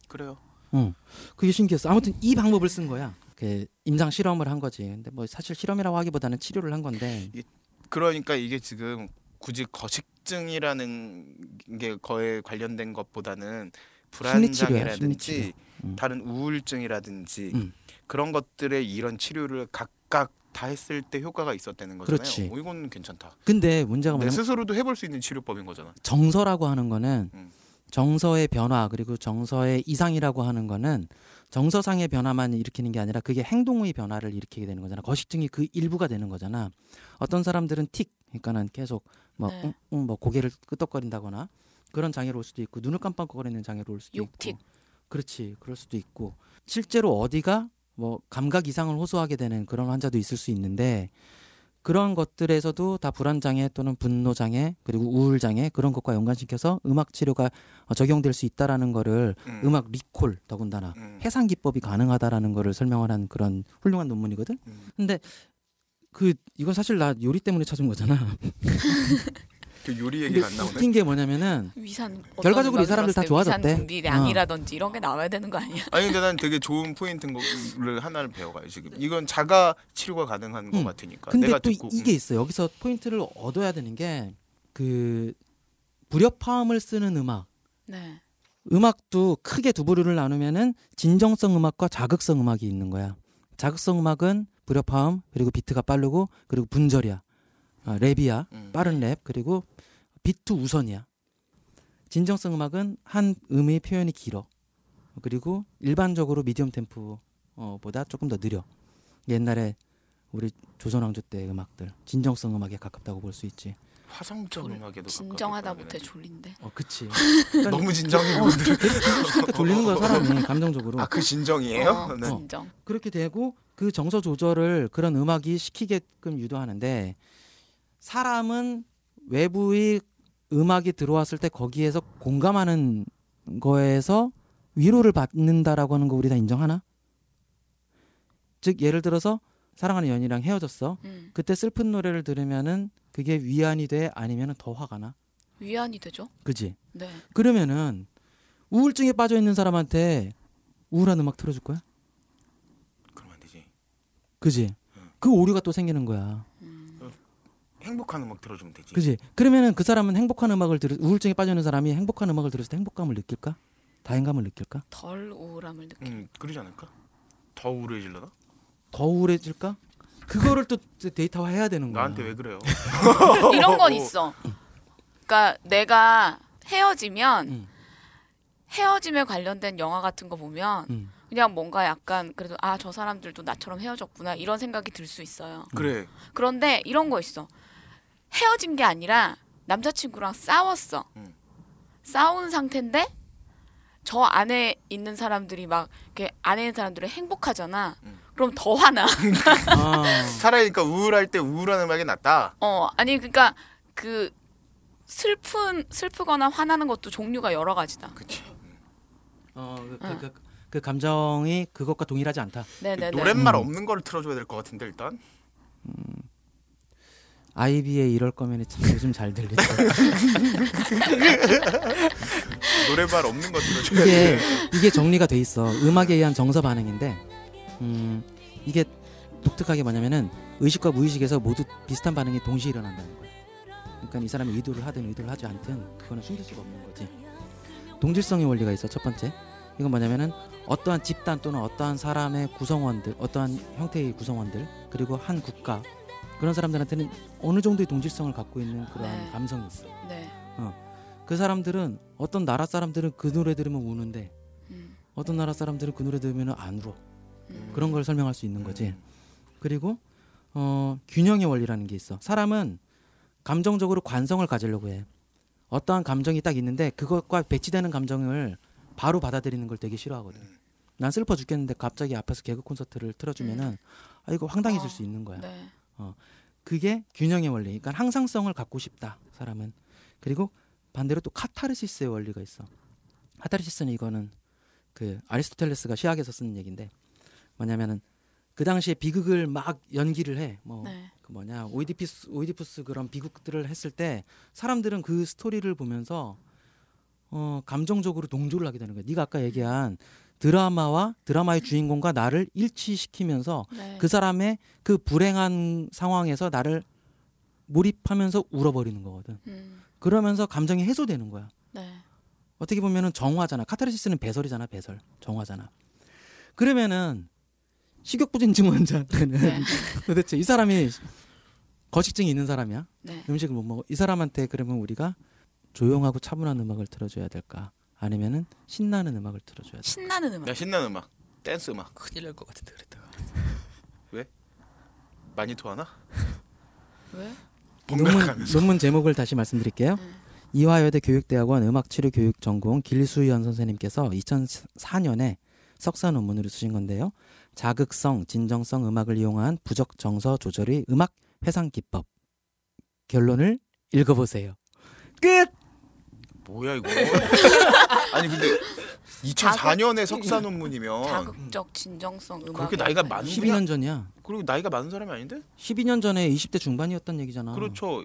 [SPEAKER 2] 그래요.
[SPEAKER 4] 어, 그게 신기했어. 아무튼 이 방법을 쓴 거야. 그 임상 실험을 한 거지. 근데 뭐 사실 실험이라고 하기보다는 치료를 한 건데.
[SPEAKER 2] 그러니까 이게 지금 굳이 거식증이라는 게 거에 관련된 것보다는
[SPEAKER 4] 심리치료야,
[SPEAKER 2] 불안장애라든지
[SPEAKER 4] 심리치료. 음.
[SPEAKER 2] 다른 우울증이라든지
[SPEAKER 4] 음.
[SPEAKER 2] 그런 것들의 이런 치료를 각각 다 했을 때 효과가 있었다는 거잖아요.
[SPEAKER 4] 그렇지.
[SPEAKER 2] 어, 이건 괜찮다.
[SPEAKER 4] 근데 문제가
[SPEAKER 2] 내
[SPEAKER 4] 뭐냐면
[SPEAKER 2] 네, 스스로도 해볼 수 있는 치료법인 거잖아.
[SPEAKER 4] 정서라고 하는 거는
[SPEAKER 2] 음.
[SPEAKER 4] 정서의 변화 그리고 정서의 이상이라고 하는 거는 정서상의 변화만 일으키는 게 아니라 그게 행동의 변화를 일으키게 되는 거잖아. 거식증이 그 일부가 되는 거잖아. 어떤 사람들은 틱, 그러니까는 계속 뭐,
[SPEAKER 3] 네.
[SPEAKER 4] 응, 응, 뭐 고개를 끄덕거린다거나 그런 장애로 올 수도 있고 눈을 깜빡거리는 장애로 올 수도
[SPEAKER 3] 욕틱.
[SPEAKER 4] 있고. 그렇지, 그럴 수도 있고 실제로 어디가 뭐 감각 이상을 호소하게 되는 그런 환자도 있을 수 있는데 그런 것들에서도 다 불안 장애 또는 분노 장애 그리고 우울 장애 그런 것과 연관시켜서 음악 치료가 어, 적용될 수 있다라는 거를
[SPEAKER 2] 음.
[SPEAKER 4] 음악 리콜 더군다나
[SPEAKER 2] 음.
[SPEAKER 4] 해상 기법이 가능하다라는 거를 설명을 한 그런 훌륭한 논문이거든.
[SPEAKER 2] 음.
[SPEAKER 4] 근데 그 이건 사실 나 요리 때문에 찾은 거잖아.
[SPEAKER 2] 음. 그 요리
[SPEAKER 4] 근데
[SPEAKER 2] 얘기가 안 나오네.
[SPEAKER 4] 웃긴 게 뭐냐면은
[SPEAKER 3] 위산 어떤
[SPEAKER 4] 결과적으로 이
[SPEAKER 3] 음악을
[SPEAKER 4] 사람들
[SPEAKER 3] 들었을
[SPEAKER 4] 다
[SPEAKER 3] 때
[SPEAKER 4] 좋아졌대.
[SPEAKER 3] 위산 분비량이라든지 이런 게 나와야 되는 거 아니야?
[SPEAKER 2] 아니 근데 난 되게 좋은 포인트인 거를 하나를 배워가요 지금. 이건 자가 치료가 가능한 것
[SPEAKER 4] 음.
[SPEAKER 2] 같으니까.
[SPEAKER 4] 근데
[SPEAKER 2] 내가
[SPEAKER 4] 또
[SPEAKER 2] 듣고
[SPEAKER 4] 이게
[SPEAKER 2] 음.
[SPEAKER 4] 있어. 요 여기서 포인트를 얻어야 되는 게 그 불협화음을 쓰는 음악.
[SPEAKER 3] 네.
[SPEAKER 4] 음악도 크게 두 부류를 나누면은 진정성 음악과 자극성 음악이 있는 거야. 자극성 음악은 불협화음 그리고 비트가 빠르고 그리고 분절이야. 아, 랩이야.
[SPEAKER 2] 음.
[SPEAKER 4] 빠른 랩 그리고 비트 우선이야. 진정성 음악은 한 음의 표현이 길어. 그리고 일반적으로 미디엄 어, 템포보다 조금 더 느려. 옛날에 우리 조선 왕조 때 음악들 진정성 음악에 가깝다고 볼 수 있지.
[SPEAKER 2] 음. 화성적 음악에도
[SPEAKER 3] 진정하다
[SPEAKER 2] 가깝게
[SPEAKER 3] 못해
[SPEAKER 2] 보여야
[SPEAKER 3] 졸린데.
[SPEAKER 4] 어, 그치.
[SPEAKER 2] 되네.
[SPEAKER 4] 그러니까
[SPEAKER 2] 너무 진정해
[SPEAKER 4] 어, 계속 계속 돌리는 거야 사람이 감정적으로.
[SPEAKER 2] 아그 진정이에요?
[SPEAKER 3] 어,
[SPEAKER 2] 네.
[SPEAKER 3] 진정.
[SPEAKER 4] 그렇게 되고 그 정서 조절을 그런 음악이 시키게끔 유도하는데 사람은 외부의 음악이 들어왔을 때 거기에서 공감하는 거에서 위로를 받는다라고 하는 거 우리 다 인정하나? 즉 예를 들어서 사랑하는 연인이랑 헤어졌어.
[SPEAKER 3] 음.
[SPEAKER 4] 그때 슬픈 노래를 들으면은 그게 위안이 돼 아니면은 더 화가 나.
[SPEAKER 3] 위안이 되죠.
[SPEAKER 4] 그지?
[SPEAKER 3] 네.
[SPEAKER 4] 그러면은 우울증에 빠져 있는 사람한테 우울한 음악 틀어줄 거야?
[SPEAKER 2] 그러면 안 되지.
[SPEAKER 4] 그지? 그 오류가 또 생기는 거야.
[SPEAKER 2] 행복한 음악 들어주면 되지.
[SPEAKER 4] 그지? 그러면은 그 사람은 행복한 음악을 들을 우울증에 빠져 있는 사람이 행복한 음악을 들었을 때 행복감을 느낄까? 다행감을 느낄까?
[SPEAKER 3] 덜 우울함을 느끼.
[SPEAKER 2] 음 그러지 않을까? 더 우울해질려나?
[SPEAKER 4] 더 우울해질까? 그거를 또 데이터화 해야 되는 거야.
[SPEAKER 2] 나한테 왜 그래요?
[SPEAKER 4] 음.
[SPEAKER 3] 이런 건 있어. 그러니까 내가 헤어지면
[SPEAKER 4] 음.
[SPEAKER 3] 헤어짐에 관련된 영화 같은 거 보면
[SPEAKER 4] 음.
[SPEAKER 3] 그냥 뭔가 약간 그래도 아 저 사람들도 나처럼 헤어졌구나 이런 생각이 들 수 있어요.
[SPEAKER 2] 그래.
[SPEAKER 3] 그런데 이런 거 있어. 헤어진 게 아니라 남자친구랑 싸웠어.
[SPEAKER 2] 음.
[SPEAKER 3] 싸운 상태인데 저 안에 있는 사람들이 막 이렇게 안에 있는 사람들은 행복하잖아.
[SPEAKER 2] 음.
[SPEAKER 3] 그럼 더 화나.
[SPEAKER 4] 아,
[SPEAKER 2] 살아니까 우울할 때 우울한 음악이 낫다.
[SPEAKER 3] 어 아니 그러니까 그 슬픈 슬프거나 화나는 것도 종류가 여러 가지다.
[SPEAKER 2] 그치.
[SPEAKER 4] 어, 그, 그, 그, 그 감정이 그것과 동일하지 않다.
[SPEAKER 3] 네네네.
[SPEAKER 2] 노랫말
[SPEAKER 4] 음.
[SPEAKER 2] 없는 거를 틀어줘야 될 것 같은데 일단.
[SPEAKER 4] 아이비의 이럴 거면 참 요즘 잘 들리죠.
[SPEAKER 2] 노래말 없는 거 틀어줘야
[SPEAKER 4] 이게
[SPEAKER 2] 돼.
[SPEAKER 4] 이게 정리가 돼 있어. 음악에 의한 정서 반응인데, 음, 이게 독특하게 뭐냐면은 의식과 무의식에서 모두 비슷한 반응이 동시에 일어난다는 거야. 그러니까 이 사람이 의도를 하든 의도를 하지 않든 그거는 숨길 수가 없는 거지. 동질성의 원리가 있어. 첫 번째. 이건 뭐냐면은 어떠한 집단 또는 어떠한 사람의 구성원들, 어떠한 형태의 구성원들, 그리고 한 국가 그런 사람들한테는 어느 정도의 동질성을 갖고 있는 그러한
[SPEAKER 3] 네.
[SPEAKER 4] 감성이 있어.
[SPEAKER 3] 네.
[SPEAKER 4] 그 사람들은 어떤 나라 사람들은 그 노래 들으면 우는데
[SPEAKER 3] 음,
[SPEAKER 4] 어떤 나라 사람들은 그 노래 들으면 안 울어
[SPEAKER 3] 음.
[SPEAKER 4] 그런 걸 설명할 수 있는 거지 그리고 어, 균형의 원리라는 게 있어 사람은 감정적으로 관성을 가지려고 해 어떠한 감정이 딱 있는데 그것과 배치되는 감정을 바로 받아들이는 걸 되게 싫어하거든 난 슬퍼 죽겠는데 갑자기 앞에서 개그 콘서트를 틀어주면은 아 이거 황당해질
[SPEAKER 3] 어,
[SPEAKER 4] 수 있는 거야
[SPEAKER 3] 네.
[SPEAKER 4] 그게 균형의 원리 그러니까 항상성을 갖고 싶다 사람은 그리고 반대로 또 카타르시스의 원리가 있어 카타르시스는 이거는 그 아리스토텔레스가 시학에서 쓰는 얘기인데 뭐냐면은 그 당시에 비극을 막 연기를 해뭐
[SPEAKER 3] 네.
[SPEAKER 4] 그 뭐냐 오이디피스 오이디푸스 그런 비극들을 했을 때 사람들은 그 스토리를 보면서 어, 감정적으로 동조를 하게 되는 거야. 네가 아까 얘기한 드라마와 드라마의 주인공과 나를 일치시키면서
[SPEAKER 3] 네.
[SPEAKER 4] 그 사람의 그 불행한 상황에서 나를 몰입하면서 울어버리는 거거든.
[SPEAKER 3] 음,
[SPEAKER 4] 그러면서 감정이 해소되는 거야.
[SPEAKER 3] 네.
[SPEAKER 4] 어떻게 보면은 정화잖아. 카타르시스는 배설이잖아, 배설. 정화잖아. 그러면은 식욕부진증 환자한테는
[SPEAKER 3] 네.
[SPEAKER 4] 도대체 이 사람이 거식증이 있는 사람이야?
[SPEAKER 3] 네.
[SPEAKER 4] 음식을 못 먹어. 이 사람한테 그러면 우리가 조용하고 차분한 음악을 틀어줘야 될까? 아니면은 신나는 음악을 틀어줘야 될까?
[SPEAKER 3] 신나는
[SPEAKER 2] 야
[SPEAKER 3] 음악.
[SPEAKER 2] 신나는 음악, 댄스 음악
[SPEAKER 1] 큰일 날 것 같은데 그랬다가
[SPEAKER 2] 많이 토하나?
[SPEAKER 3] 왜?
[SPEAKER 4] 논문,
[SPEAKER 2] 번갈아가면서
[SPEAKER 4] 논문 제목을 다시 말씀드릴게요. 이화여대 교육대학원 음악치료교육 전공 길수연 선생님께서 2004년에 석사 논문으로 쓰신 건데요. 자극성, 진정성 음악을 이용한 부적 정서 조절의 음악 회상 기법. 결론을 읽어보세요. 끝.
[SPEAKER 2] 뭐야 이거? 아니 근데 2004년에 석사 논문이면
[SPEAKER 3] 자극적 진정성 음악.
[SPEAKER 2] 어. 그렇게 나이가 많은구나.
[SPEAKER 4] 12년 전이야.
[SPEAKER 2] 그리고 나이가 많은 사람이 아닌데?
[SPEAKER 4] 12년 전에 20대 중반이었단 얘기잖아.
[SPEAKER 2] 그렇죠.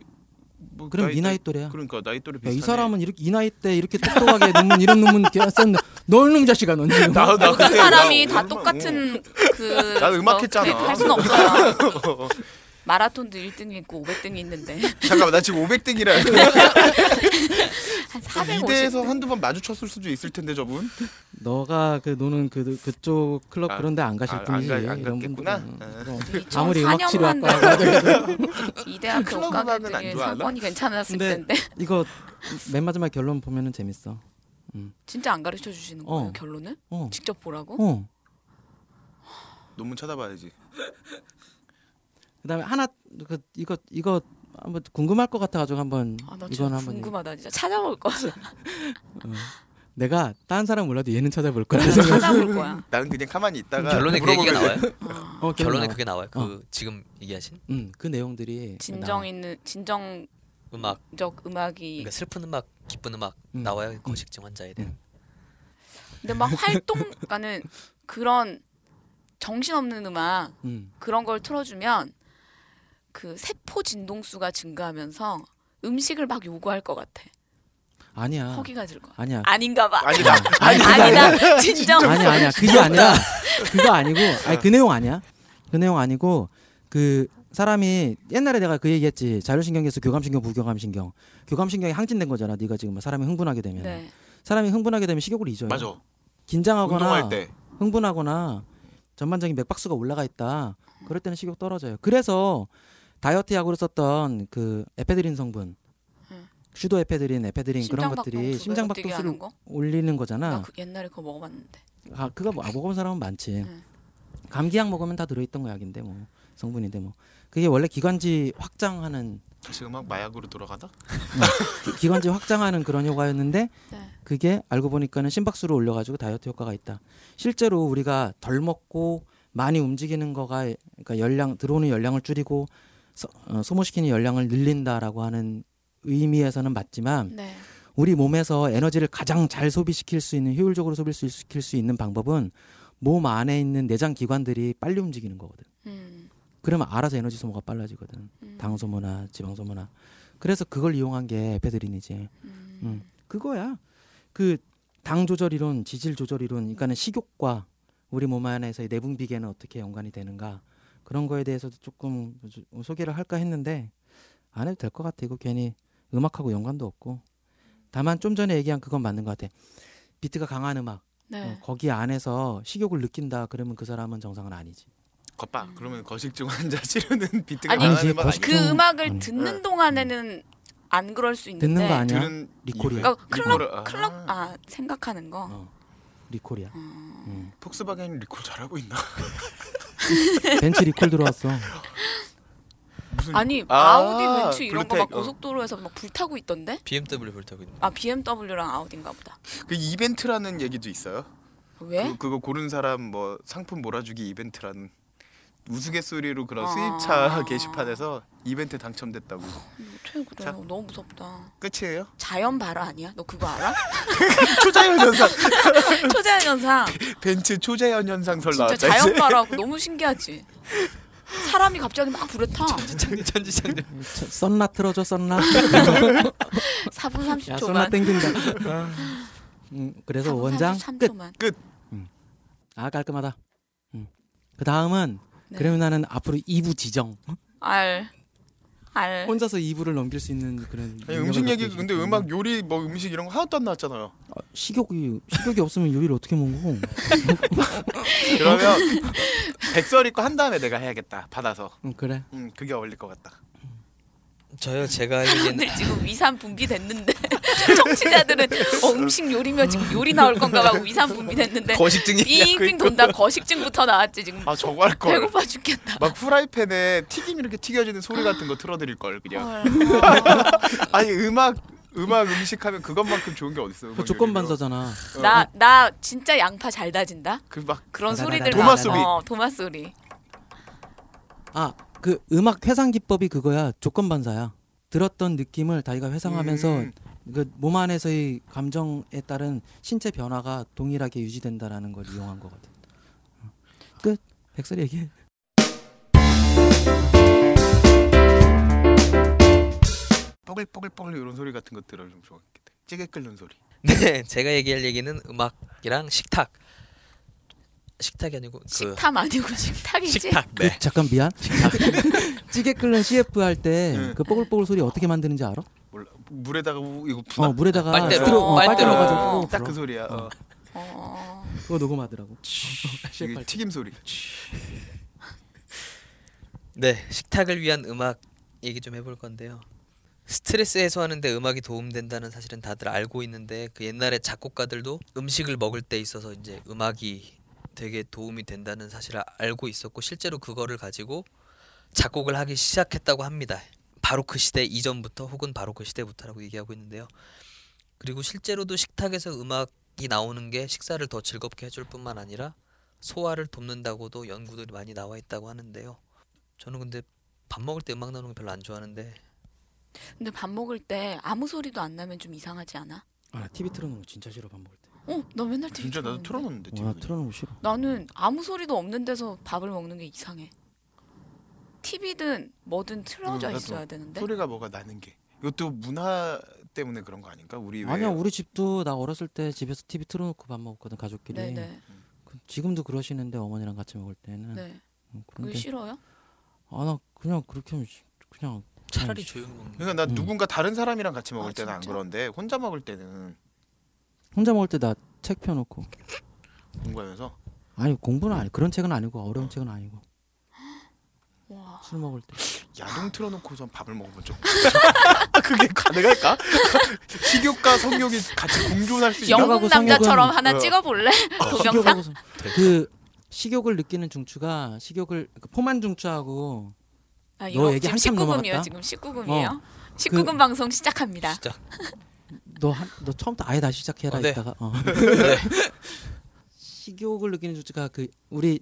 [SPEAKER 2] 뭐
[SPEAKER 4] 그럼 네 나이 또래야.
[SPEAKER 2] 그러니까 나이 또래
[SPEAKER 4] 야,
[SPEAKER 2] 비슷하네.
[SPEAKER 4] 이 사람은 이렇게 이 나이 때 이렇게 똑똑하게 논문 이런 논문 이렇게 썼는데 넌놈 자식아 넌 지금.
[SPEAKER 2] 나, 나
[SPEAKER 3] 모든
[SPEAKER 2] 그때 나 어,
[SPEAKER 3] 사람이 다
[SPEAKER 2] 얼마-
[SPEAKER 3] 똑같은 그.
[SPEAKER 2] 나는 음악
[SPEAKER 3] 뭐,
[SPEAKER 2] 했잖아.
[SPEAKER 3] 할 수는 없어요.
[SPEAKER 2] 어.
[SPEAKER 3] 마라톤도 1등이 있고 500등이 있는데
[SPEAKER 2] 잠깐만 나 지금 500등이라.
[SPEAKER 3] 한 450.
[SPEAKER 2] 이대에서 한두 번 마주쳤을 수도 있을 텐데 저분.
[SPEAKER 4] 너가 그 노는 그 그쪽 클럽
[SPEAKER 2] 아,
[SPEAKER 4] 그런 데 안 가실
[SPEAKER 2] 아, 안
[SPEAKER 4] 뿐이지.
[SPEAKER 2] 가- 안
[SPEAKER 4] 이런
[SPEAKER 2] 갔겠구나.
[SPEAKER 4] 분들은.
[SPEAKER 3] 네.
[SPEAKER 2] 아.
[SPEAKER 4] 그럼 아무리 음악
[SPEAKER 3] 2004년만
[SPEAKER 4] 치료학과
[SPEAKER 3] 돼도 이대 앞에
[SPEAKER 2] 클럽 음악은 안
[SPEAKER 3] 옷가게들이
[SPEAKER 2] 좋아하나?
[SPEAKER 3] 상권이 괜찮았을
[SPEAKER 4] 근데-
[SPEAKER 3] 텐데
[SPEAKER 4] 이거 맨 마지막 결론 보면은 재밌어.
[SPEAKER 3] 진짜 안 가르쳐 주시는 거예요
[SPEAKER 4] 어.
[SPEAKER 3] 결론을?
[SPEAKER 4] 어.
[SPEAKER 3] 직접 보라고?
[SPEAKER 4] 어.
[SPEAKER 2] 논문 찾아봐야지.
[SPEAKER 4] 그다음에 하나 그 이거 이거 한번 궁금할 것 같아 가지고 한번
[SPEAKER 3] 아 나
[SPEAKER 4] 이건
[SPEAKER 3] 진짜
[SPEAKER 4] 한번
[SPEAKER 3] 궁금하다 진짜 찾아볼 거야
[SPEAKER 4] 얘기- 내가 다른 사람 몰라도 얘는 찾아볼 거야.
[SPEAKER 3] 나도 찾아볼 거야
[SPEAKER 2] 나는 그냥 가만히 있다가
[SPEAKER 1] 결론에 그 얘기가 나와요?
[SPEAKER 4] 어,
[SPEAKER 1] 결론에
[SPEAKER 4] 나와.
[SPEAKER 1] 그게 나와요. 그 지금 얘기하신
[SPEAKER 4] 음, 그 내용들이
[SPEAKER 3] 진정
[SPEAKER 4] 나와.
[SPEAKER 3] 있는 진정적
[SPEAKER 1] 음악
[SPEAKER 3] 음악이
[SPEAKER 1] 그러니까 슬픈 음악, 기쁜 음악 음.
[SPEAKER 4] 음.
[SPEAKER 1] 나와요. 거식증 환자에 대한
[SPEAKER 3] 근데 막 활동 나는 그런 정신없는 음악
[SPEAKER 4] 음.
[SPEAKER 3] 그런 걸 틀어주면 그 세포 진동수가 증가하면서 음식을 막 요구할 것 같아
[SPEAKER 4] 아니야.
[SPEAKER 3] 허기가 질 거.
[SPEAKER 4] 아니야.
[SPEAKER 3] 아닌가 봐.
[SPEAKER 2] 아니다.
[SPEAKER 3] 아니다. 아니다. 어. 진정.
[SPEAKER 4] 아니야 아니야 그게 아니라 그거 아니고 아니 그 내용 아니야 그 내용 아니고 그 사람이 옛날에 내가 그 얘기했지 자율신경에서 교감신경 부교감신경 교감신경이 항진된 거잖아 네가 지금 막 사람이 흥분하게 되면
[SPEAKER 3] 네.
[SPEAKER 4] 사람이 흥분하게 되면 식욕을 잊어요
[SPEAKER 2] 맞아.
[SPEAKER 4] 긴장하거나
[SPEAKER 2] 운동할 때
[SPEAKER 4] 흥분하거나 전반적인 맥박수가 올라가 있다 그럴 때는 식욕 떨어져요 그래서 다이어트 약으로 썼던 그 에페드린 성분
[SPEAKER 3] 음.
[SPEAKER 4] 슈도 에페드린 에페드린 그런 것들이
[SPEAKER 3] 심장박동수 심장박동수
[SPEAKER 4] 심장박동수를
[SPEAKER 3] 하는 거?
[SPEAKER 4] 올리는 거잖아
[SPEAKER 3] 나 그, 옛날에 그거 먹어봤는데.
[SPEAKER 4] 아 그거 뭐 아, 먹어본 사람은 많지.
[SPEAKER 3] 응.
[SPEAKER 4] 감기약 먹으면 다 들어있던 거 약인데 뭐 성분인데 뭐 그게 원래 기관지 확장하는
[SPEAKER 2] 다시 음악 마약으로 돌아가다.
[SPEAKER 4] 기- 기관지 확장하는 그런 효과였는데
[SPEAKER 3] 네.
[SPEAKER 4] 그게 알고 보니까는 심박수를 올려가지고 다이어트 효과가 있다. 실제로 우리가 덜 먹고 많이 움직이는 거가 그러니까 열량 들어오는 열량을 줄이고 소, 어, 소모시키는 열량을 늘린다라고 하는 의미에서는 맞지만
[SPEAKER 3] 네.
[SPEAKER 4] 우리 몸에서 에너지를 가장 잘 소비시킬 수 있는 효율적으로 소비시킬 수 있는 방법은 몸 안에 있는 내장 기관들이 빨리 움직이는 거거든.
[SPEAKER 3] 음.
[SPEAKER 4] 그러면 알아서 에너지 소모가 빨라지거든.
[SPEAKER 3] 음.
[SPEAKER 4] 당 소모나 지방 소모나. 그래서 그걸 이용한 게 에페드린이지.
[SPEAKER 3] 음.
[SPEAKER 4] 음. 그거야. 그 당 조절 이론, 지질 조절 이론, 그러니까는 식욕과 우리 몸 안에서의 내분 비계는 어떻게 연관이 되는가 그런 거에 대해서도 조금 소개를 할까 했는데 안 해도 될 것 같아. 이거 괜히 음악하고 연관도 없고. 다만 좀 전에 얘기한 그건 맞는 것 같아. 비트가 강한 음악
[SPEAKER 3] 네.
[SPEAKER 4] 어, 거기 안에서 식욕을 느낀다 그러면 그 사람은 정상은 아니지.
[SPEAKER 2] 겉봐. 그러면 거식증 환자 치료는 비트가
[SPEAKER 3] 아니,
[SPEAKER 2] 나가는 거 아니야?
[SPEAKER 4] 거식-
[SPEAKER 3] 그
[SPEAKER 4] 좀-
[SPEAKER 3] 음악을
[SPEAKER 4] 음.
[SPEAKER 3] 듣는 동안에는 안 그럴 수 있는데.
[SPEAKER 4] 듣는 거 아니야?
[SPEAKER 2] 들은
[SPEAKER 4] 리콜이야.
[SPEAKER 2] 이후에.
[SPEAKER 3] 그러니까 클럽
[SPEAKER 2] 리콜을- 아,
[SPEAKER 3] 클럽 아 생각하는 거.
[SPEAKER 4] 어. 리콜이야. 음.
[SPEAKER 2] 폭스바겐 리콜 잘하고 있나?
[SPEAKER 4] 벤츠 리콜 들어왔어.
[SPEAKER 2] 무슨
[SPEAKER 3] 아니
[SPEAKER 2] 아,
[SPEAKER 3] 아우디 벤츠 이런 거 막
[SPEAKER 2] 블루텍, 어.
[SPEAKER 3] 고속도로에서 막 불타고 있던데?
[SPEAKER 1] BMW 볼 타고 있는.
[SPEAKER 3] 아 BMW랑 아우디인가 보다.
[SPEAKER 2] 그 이벤트라는 얘기도 있어요.
[SPEAKER 3] 왜?
[SPEAKER 2] 그, 그거 고른 사람 뭐 상품 몰아주기 이벤트라는 우스갯소리로 그런
[SPEAKER 3] 아.
[SPEAKER 2] 수입차 게시판에서 이벤트 당첨됐다고
[SPEAKER 3] 어떻게 그래?
[SPEAKER 2] 자-
[SPEAKER 3] 너무 무섭다.
[SPEAKER 2] 끝이에요?
[SPEAKER 3] 자연 발화 아니야? 너 그거 알아?
[SPEAKER 2] 초자연 현상
[SPEAKER 3] 초자연 현상.
[SPEAKER 2] 벤츠 초자연 현상설
[SPEAKER 3] 진짜
[SPEAKER 2] 나왔다
[SPEAKER 3] 자연
[SPEAKER 2] 이제
[SPEAKER 3] 발화하고 너무 신기하지. 사람이 갑자기 막 불에 타.
[SPEAKER 1] 천지 천지 천지.
[SPEAKER 4] 썬라 틀어줘 썬라.
[SPEAKER 3] 4분
[SPEAKER 4] 야 썬라
[SPEAKER 3] 30초만.
[SPEAKER 4] 땡긴다. 음, 그래서
[SPEAKER 3] 한
[SPEAKER 4] 원장
[SPEAKER 3] 33
[SPEAKER 4] 끝.
[SPEAKER 3] 초만.
[SPEAKER 4] 아 깔끔하다. 음. 그 다음은
[SPEAKER 3] 네.
[SPEAKER 4] 그러면 나는 앞으로 2부 지정.
[SPEAKER 3] 알. 알.
[SPEAKER 4] 혼자서 2부를 넘길 수 있는 그런.
[SPEAKER 2] 아니,
[SPEAKER 4] 능력을
[SPEAKER 2] 음식
[SPEAKER 4] 갖고
[SPEAKER 2] 얘기 근데
[SPEAKER 4] 계시기
[SPEAKER 2] 음악
[SPEAKER 4] 때문에.
[SPEAKER 2] 요리 뭐 음식 이런 거 하나도 안 나왔잖아요.
[SPEAKER 4] 아, 식욕이 식욕이 없으면 요리를 어떻게 먹고?
[SPEAKER 2] 그러면 백설이 거 한 다음에 내가 해야겠다 받아서.
[SPEAKER 4] 음, 그래.
[SPEAKER 2] 음 그게 어울릴 것 같다.
[SPEAKER 1] 저요 제가 알기에는
[SPEAKER 3] 근데 지금 위산 분비됐는데 청취자들은 어, 음식 요리면 지금 요리 나올 건가 봐 하고 위산 분비됐는데
[SPEAKER 1] 거식증이
[SPEAKER 3] 빙빙 돈다 거식증부터 나왔지 지금
[SPEAKER 2] 아 저거 할 걸.
[SPEAKER 3] 배고파 죽겠다.
[SPEAKER 2] 막 후라이팬에 튀김 이렇게 튀겨지는 소리 같은 거 틀어드릴 걸 그냥.
[SPEAKER 3] 헐.
[SPEAKER 2] 아니 음악 음악 음식 하면 그것만큼 좋은 게 어딨어?
[SPEAKER 4] 그 조건 반사잖아.
[SPEAKER 3] 나, 나 진짜 양파 잘 다진다.
[SPEAKER 2] 그막
[SPEAKER 3] 그런
[SPEAKER 4] 나나나나.
[SPEAKER 3] 소리들
[SPEAKER 2] 도마
[SPEAKER 3] 막-
[SPEAKER 2] 소리.
[SPEAKER 3] 어, 도마 소리.
[SPEAKER 2] 그
[SPEAKER 4] 아 그 음악 회상 기법이 그거야. 조건 반사야. 들었던 느낌을 자기가 회상하면서
[SPEAKER 2] 음.
[SPEAKER 4] 그 몸 안에서의 감정에 따른 신체 변화가 동일하게 유지된다라는 걸 이용한 거거든. 어. 끝. 백설이 얘기해.
[SPEAKER 2] 뽀글뽀글뽀글 이런 소리 같은 거 들으면 좋겠다. 찌개 끓는 소리.
[SPEAKER 1] 네 제가 얘기할 얘기는 음악이랑 식탁 식탁이 아니고 그
[SPEAKER 3] 식탐 아니고 식탁이지.
[SPEAKER 1] 식탁
[SPEAKER 4] 그,
[SPEAKER 1] 네
[SPEAKER 4] 잠깐 미안.
[SPEAKER 1] 식탁
[SPEAKER 4] 찌개 끓는 CF 할 때
[SPEAKER 2] 응.
[SPEAKER 4] 그 뽀글뽀글 소리 어떻게 만드는지 알아?
[SPEAKER 2] 몰라 물에다가 우, 이거 부나.
[SPEAKER 4] 어 물에다가
[SPEAKER 1] 빨대로,
[SPEAKER 4] 스트로- 어, 빨대로
[SPEAKER 1] 빨대로.
[SPEAKER 4] 가지고
[SPEAKER 2] 딱 그 소리야. 어.
[SPEAKER 3] 어,
[SPEAKER 4] 그거 녹음하더라고.
[SPEAKER 2] 이게
[SPEAKER 4] 시작할 때.
[SPEAKER 2] 튀김 소리.
[SPEAKER 1] 네, 식탁을 위한 음악 얘기 좀 해볼 건데요. 스트레스 해소하는데 음악이 도움된다는 사실은 다들 알고 있는데 그 옛날에 작곡가들도 음식을 먹을 때 있어서 이제 음악이 되게 도움이 된다는 사실을 알고 있었고 실제로 그거를 가지고 작곡을 하기 시작했다고 합니다. 바로 그 시대 이전부터 혹은 바로 그 시대부터라고 얘기하고 있는데요. 그리고 실제로도 식탁에서 음악이 나오는 게 식사를 더 즐겁게 해줄 뿐만 아니라 소화를 돕는다고도 연구들이 많이 나와 있다고 하는데요. 저는 근데 밥 먹을 때 음악 나오는 거 별로 안 좋아하는데
[SPEAKER 3] 근데 밥 먹을 때 아무 소리도 안 나면 좀 이상하지 않아?
[SPEAKER 4] 아 TV 틀어놓은 거 진짜 싫어 밥 먹을 때.
[SPEAKER 3] 어, 나 맨날 TV
[SPEAKER 2] 진짜 나도
[SPEAKER 3] 틀어놓는데.
[SPEAKER 2] 틀어놓는데
[SPEAKER 4] 와
[SPEAKER 2] 튀김.
[SPEAKER 4] 틀어놓은 거 싫어.
[SPEAKER 3] 나는 아무 소리도 없는 데서 밥을 먹는 게 이상해. TV든 뭐든 틀어져
[SPEAKER 2] 응, 음, 나도.
[SPEAKER 3] 있어야 되는데.
[SPEAKER 2] 소리가 뭐가 나는 게. 이것도 문화 때문에 그런 거 아닌가? 우리 왜
[SPEAKER 4] 아니야 우리 집도 나 어렸을 때 집에서 TV 틀어놓고 밥 먹었거든 가족끼리.
[SPEAKER 3] 네네.
[SPEAKER 4] 그- 지금도 그러시는데 어머니랑 같이 먹을 때는.
[SPEAKER 3] 네.
[SPEAKER 4] 음,
[SPEAKER 3] 그게
[SPEAKER 4] 그런데
[SPEAKER 3] 싫어요?
[SPEAKER 4] 아나 그냥 그렇게 하면 시- 그냥
[SPEAKER 1] 차라리 조용히 먹는 거.
[SPEAKER 2] 그러니까 나
[SPEAKER 4] 음.
[SPEAKER 2] 누군가 다른 사람이랑 같이 먹을
[SPEAKER 3] 아,
[SPEAKER 2] 때는 안
[SPEAKER 3] 진짜?
[SPEAKER 2] 그런데 혼자 먹을 때는
[SPEAKER 4] 혼자 먹을 때 나 책 펴놓고.
[SPEAKER 2] 공부하면서
[SPEAKER 4] 아니 공부는 아니 그런 책은 아니고 어려운 책은 아니고
[SPEAKER 3] 와.
[SPEAKER 4] 술 먹을 때.
[SPEAKER 2] 야동 틀어놓고선 밥을 먹어본 적. 없어. 그게 가능할까? 식욕과 성욕이 같이 공존할 수 있나?
[SPEAKER 4] 영화-
[SPEAKER 3] 영국
[SPEAKER 4] 영화고
[SPEAKER 3] 남자처럼
[SPEAKER 2] 성욕은-
[SPEAKER 3] 하나
[SPEAKER 2] 어.
[SPEAKER 3] 찍어볼래? 동영상?
[SPEAKER 4] 식욕하고서-
[SPEAKER 1] 아.
[SPEAKER 4] 그 식욕을 느끼는 중추가 식욕을 그 포만 중추하고
[SPEAKER 3] 아,
[SPEAKER 4] 너
[SPEAKER 3] 이거
[SPEAKER 4] 얘기
[SPEAKER 3] 지금
[SPEAKER 4] 한참
[SPEAKER 3] 19금이에요.
[SPEAKER 4] 넘어갔다.
[SPEAKER 3] 지금 19금이에요. 19금
[SPEAKER 4] 그-
[SPEAKER 3] 방송 시작합니다.
[SPEAKER 1] 진짜
[SPEAKER 4] 너, 한, 너 처음부터 아예 다시 시작해라
[SPEAKER 1] 어, 네.
[SPEAKER 4] 이따가 어. 식욕을 느끼는 조치가 그 우리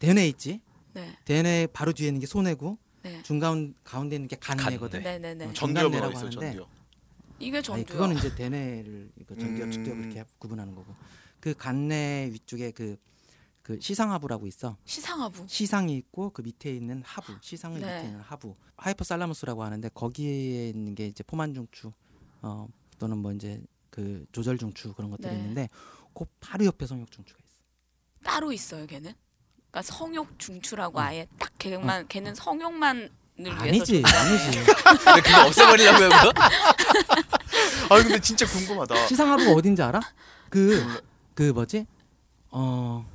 [SPEAKER 4] 대뇌 있지
[SPEAKER 3] 네.
[SPEAKER 4] 대뇌 바로 뒤에 있는 게 소뇌고
[SPEAKER 3] 네.
[SPEAKER 4] 중간 가운데 있는 게 간뇌거든
[SPEAKER 1] 간뇌.
[SPEAKER 3] 네, 네, 네.
[SPEAKER 4] 어,
[SPEAKER 2] 전두엽이라고
[SPEAKER 4] 중간뇌라고
[SPEAKER 2] 있어
[SPEAKER 4] 하는데.
[SPEAKER 2] 전두엽.
[SPEAKER 3] 이게
[SPEAKER 4] 아니
[SPEAKER 3] 전두요.
[SPEAKER 4] 그거는 이제 대뇌를 그 전두엽
[SPEAKER 2] 음.
[SPEAKER 4] 측두엽 이렇게 구분하는 거고 그 간뇌 위쪽에 그 그 시상하부라고 있어.
[SPEAKER 3] 시상하부.
[SPEAKER 4] 시상이 있고 그 밑에 있는 하부, 시상
[SPEAKER 3] 네.
[SPEAKER 4] 밑에 있는 하부, 하이퍼살라무스라고 하는데 거기에 있는 게 이제 포만중추 어, 또는 뭐 이제 그 조절중추 그런 것들이
[SPEAKER 3] 네.
[SPEAKER 4] 있는데 그 바로 옆에 성욕중추가 있어.
[SPEAKER 3] 따로 있어요, 걔는. 그러니까 성욕 중추라고 아예 딱 걔만 걔는 성욕만을 위해서
[SPEAKER 4] 어. 아니지, 아니지.
[SPEAKER 1] 왜 그거 없애버리려고요 그거?
[SPEAKER 2] 아 근데 진짜 궁금하다.
[SPEAKER 4] 시상 하부가 어딘지 알아? 그 그 뭐지? 어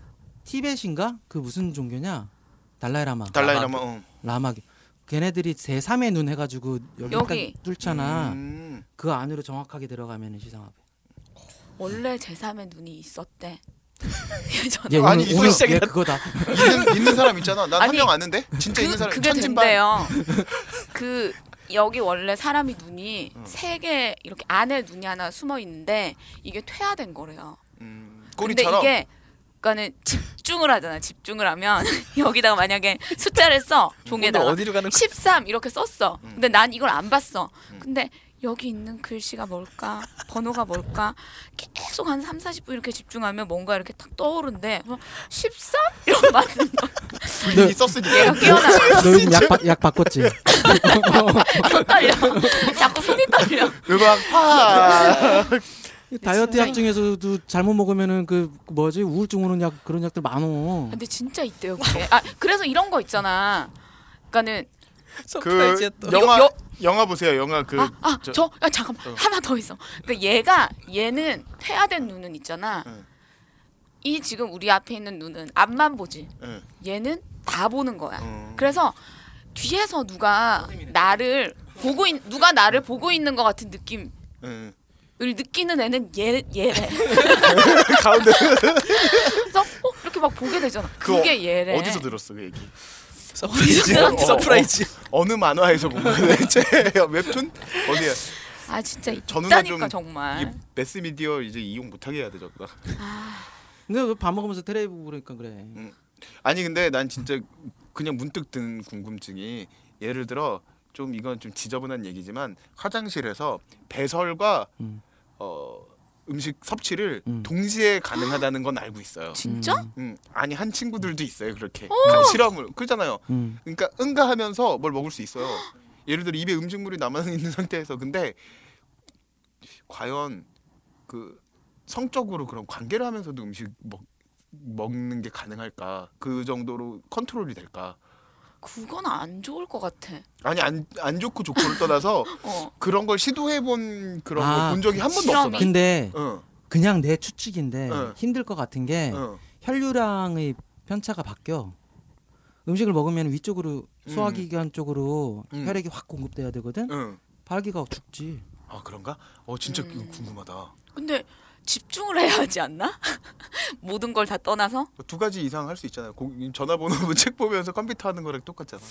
[SPEAKER 4] 티벳인가? 그 무슨 종교냐? 달라이라마,
[SPEAKER 2] 달라이라마. 응.
[SPEAKER 4] 라마교. 걔네들이 제 3의 눈 해가지고 여기까지
[SPEAKER 3] 여기.
[SPEAKER 4] 뚫잖아.
[SPEAKER 2] 음.
[SPEAKER 4] 그 안으로 정확하게 들어가면은 시상 하부.
[SPEAKER 3] 원래 제3의 눈이 있었대.
[SPEAKER 4] 얘
[SPEAKER 3] 저는
[SPEAKER 4] 오늘
[SPEAKER 2] 예, 아니,
[SPEAKER 4] 오늘
[SPEAKER 2] 시작이다.
[SPEAKER 4] 얘 그거다.
[SPEAKER 2] 있는 있는 사람 있잖아. 난 한
[SPEAKER 3] 아니,
[SPEAKER 2] 명 아는데. 진짜 있는
[SPEAKER 3] 그,
[SPEAKER 2] 사람.
[SPEAKER 3] 그게
[SPEAKER 2] 천진반.
[SPEAKER 3] 된대요. 그 여기 원래 사람이 눈이
[SPEAKER 4] 어.
[SPEAKER 2] 응.
[SPEAKER 3] 세 개 이렇게 안에 눈이 하나 숨어 있는데 이게 퇴화된 거래요.
[SPEAKER 2] 음,
[SPEAKER 3] 근데
[SPEAKER 2] 꼬리처럼.
[SPEAKER 3] 이게 그러니까는 집중을 하잖아. 집중을 하면 여기다가 만약에 숫자를 써 종에다가
[SPEAKER 1] 어디로 가는
[SPEAKER 3] 13 이렇게 썼어.
[SPEAKER 2] 음.
[SPEAKER 3] 근데 난 이걸 안 봤어.
[SPEAKER 2] 음.
[SPEAKER 3] 근데 여기 있는 글씨가 뭘까? 번호가 뭘까? 계속 한 3, 40분 이렇게 집중하면 뭔가 이렇게 탁 떠오른데 13? 이런 말은
[SPEAKER 2] 분위기 썼으니까.
[SPEAKER 3] 얘가 깨어나
[SPEAKER 4] 너 요즘 약, 바, 약
[SPEAKER 2] 예.
[SPEAKER 4] 바꿨지?
[SPEAKER 3] 손 떨려. 자꾸 손이 떨려.
[SPEAKER 2] 음악 파.
[SPEAKER 4] 다이어트
[SPEAKER 3] 진짜
[SPEAKER 4] 약 중에서도 잘못 먹으면은 그 뭐지 우울증 오는 약 그런 약들 많어.
[SPEAKER 3] 근데 진짜 있대요. 그게. 아 그래서 이런 거 있잖아. 그러니까는
[SPEAKER 1] 서프라이즈야 또.
[SPEAKER 2] 영화
[SPEAKER 3] 여-
[SPEAKER 2] 영화 보세요. 영화 그
[SPEAKER 3] 아 아
[SPEAKER 2] 저-
[SPEAKER 3] 저 아, 잠깐만
[SPEAKER 2] 어.
[SPEAKER 3] 하나 더 있어. 그러니까 얘가 얘는 퇴화된 눈은 있잖아.
[SPEAKER 2] 응.
[SPEAKER 3] 이 지금 우리 앞에 있는 눈은 앞만 보지.
[SPEAKER 2] 응.
[SPEAKER 3] 얘는 다 보는 거야.
[SPEAKER 2] 음.
[SPEAKER 3] 그래서 뒤에서 누가 나를 보고 있 누가 나를 보고 있는 것 같은 느낌을
[SPEAKER 2] 응.
[SPEAKER 3] 느끼는 애는 얘 얘래.
[SPEAKER 2] 가운데
[SPEAKER 3] 그래서 어? 이렇게 막 보게 되잖아.
[SPEAKER 2] 그거
[SPEAKER 3] 그게 얘래.
[SPEAKER 2] 어디서 들었어 그 얘기?
[SPEAKER 1] 서프라이즈.
[SPEAKER 2] 어, 어.
[SPEAKER 1] 서프라이즈.
[SPEAKER 2] 어느 만화에서 본 거야 대체? 웹툰 어디야?
[SPEAKER 3] 아 진짜
[SPEAKER 2] 저는
[SPEAKER 3] 있다니까
[SPEAKER 2] 네, 좀
[SPEAKER 3] 정말.
[SPEAKER 2] 이 매스미디어 이제 이용 못하게 해야 되겠다.
[SPEAKER 4] 근데 왜밥 먹으면서 테레비 보고 그러니까 그래.
[SPEAKER 2] 아니 근데 난 진짜 그냥 문득 든 궁금증이 예를 들어 좀 이건 좀 지저분한 얘기지만 화장실에서 배설과
[SPEAKER 4] 음.
[SPEAKER 2] 어, 음식 섭취를
[SPEAKER 4] 음.
[SPEAKER 2] 동시에 가능하다는 건 알고 있어요.
[SPEAKER 3] 진짜?
[SPEAKER 2] 음, 아니 한 친구들도 있어요 그렇게 간 실험을 그잖아요.
[SPEAKER 4] 음.
[SPEAKER 2] 그러니까 응가하면서 뭘 먹을 수 있어요. 예를 들어 입에 음식물이 남아 있는 상태에서 근데 과연 그 성적으로 그런 관계를 하면서도 음식 먹 먹는 게 가능할까? 그 정도로 컨트롤이 될까?
[SPEAKER 3] 그건 안 좋을 것 같아.
[SPEAKER 2] 아니 안 안 좋고 좋고를 떠나서
[SPEAKER 3] 어.
[SPEAKER 2] 그런 걸 시도해 본 그런
[SPEAKER 4] 아,
[SPEAKER 2] 걸 본 적이 한 번도 없어.
[SPEAKER 3] 실험이?
[SPEAKER 2] 난.
[SPEAKER 4] 근데
[SPEAKER 2] 응,
[SPEAKER 4] 그냥 내 추측인데
[SPEAKER 2] 응.
[SPEAKER 4] 힘들 것 같은
[SPEAKER 3] 네.
[SPEAKER 4] 게
[SPEAKER 2] 응.
[SPEAKER 4] 혈류량의 편차가 바뀌어. 음식을 먹으면 위쪽으로 소화기관 쪽으로
[SPEAKER 2] 음. 어.
[SPEAKER 4] 혈액이 확 공급돼야 되거든.
[SPEAKER 2] 응.
[SPEAKER 4] 발기가 죽지.
[SPEAKER 2] 아 그런가? 어 진짜 이거
[SPEAKER 3] 음.
[SPEAKER 2] 궁금하다.
[SPEAKER 3] 근데 집중을 해야 하지 않나? 모든 걸 다 떠나서
[SPEAKER 2] 뭐 두 가지 이상 할 수 있잖아요. 고, 전화번호 뭐 책 보면서 컴퓨터 하는 거랑 똑같잖아.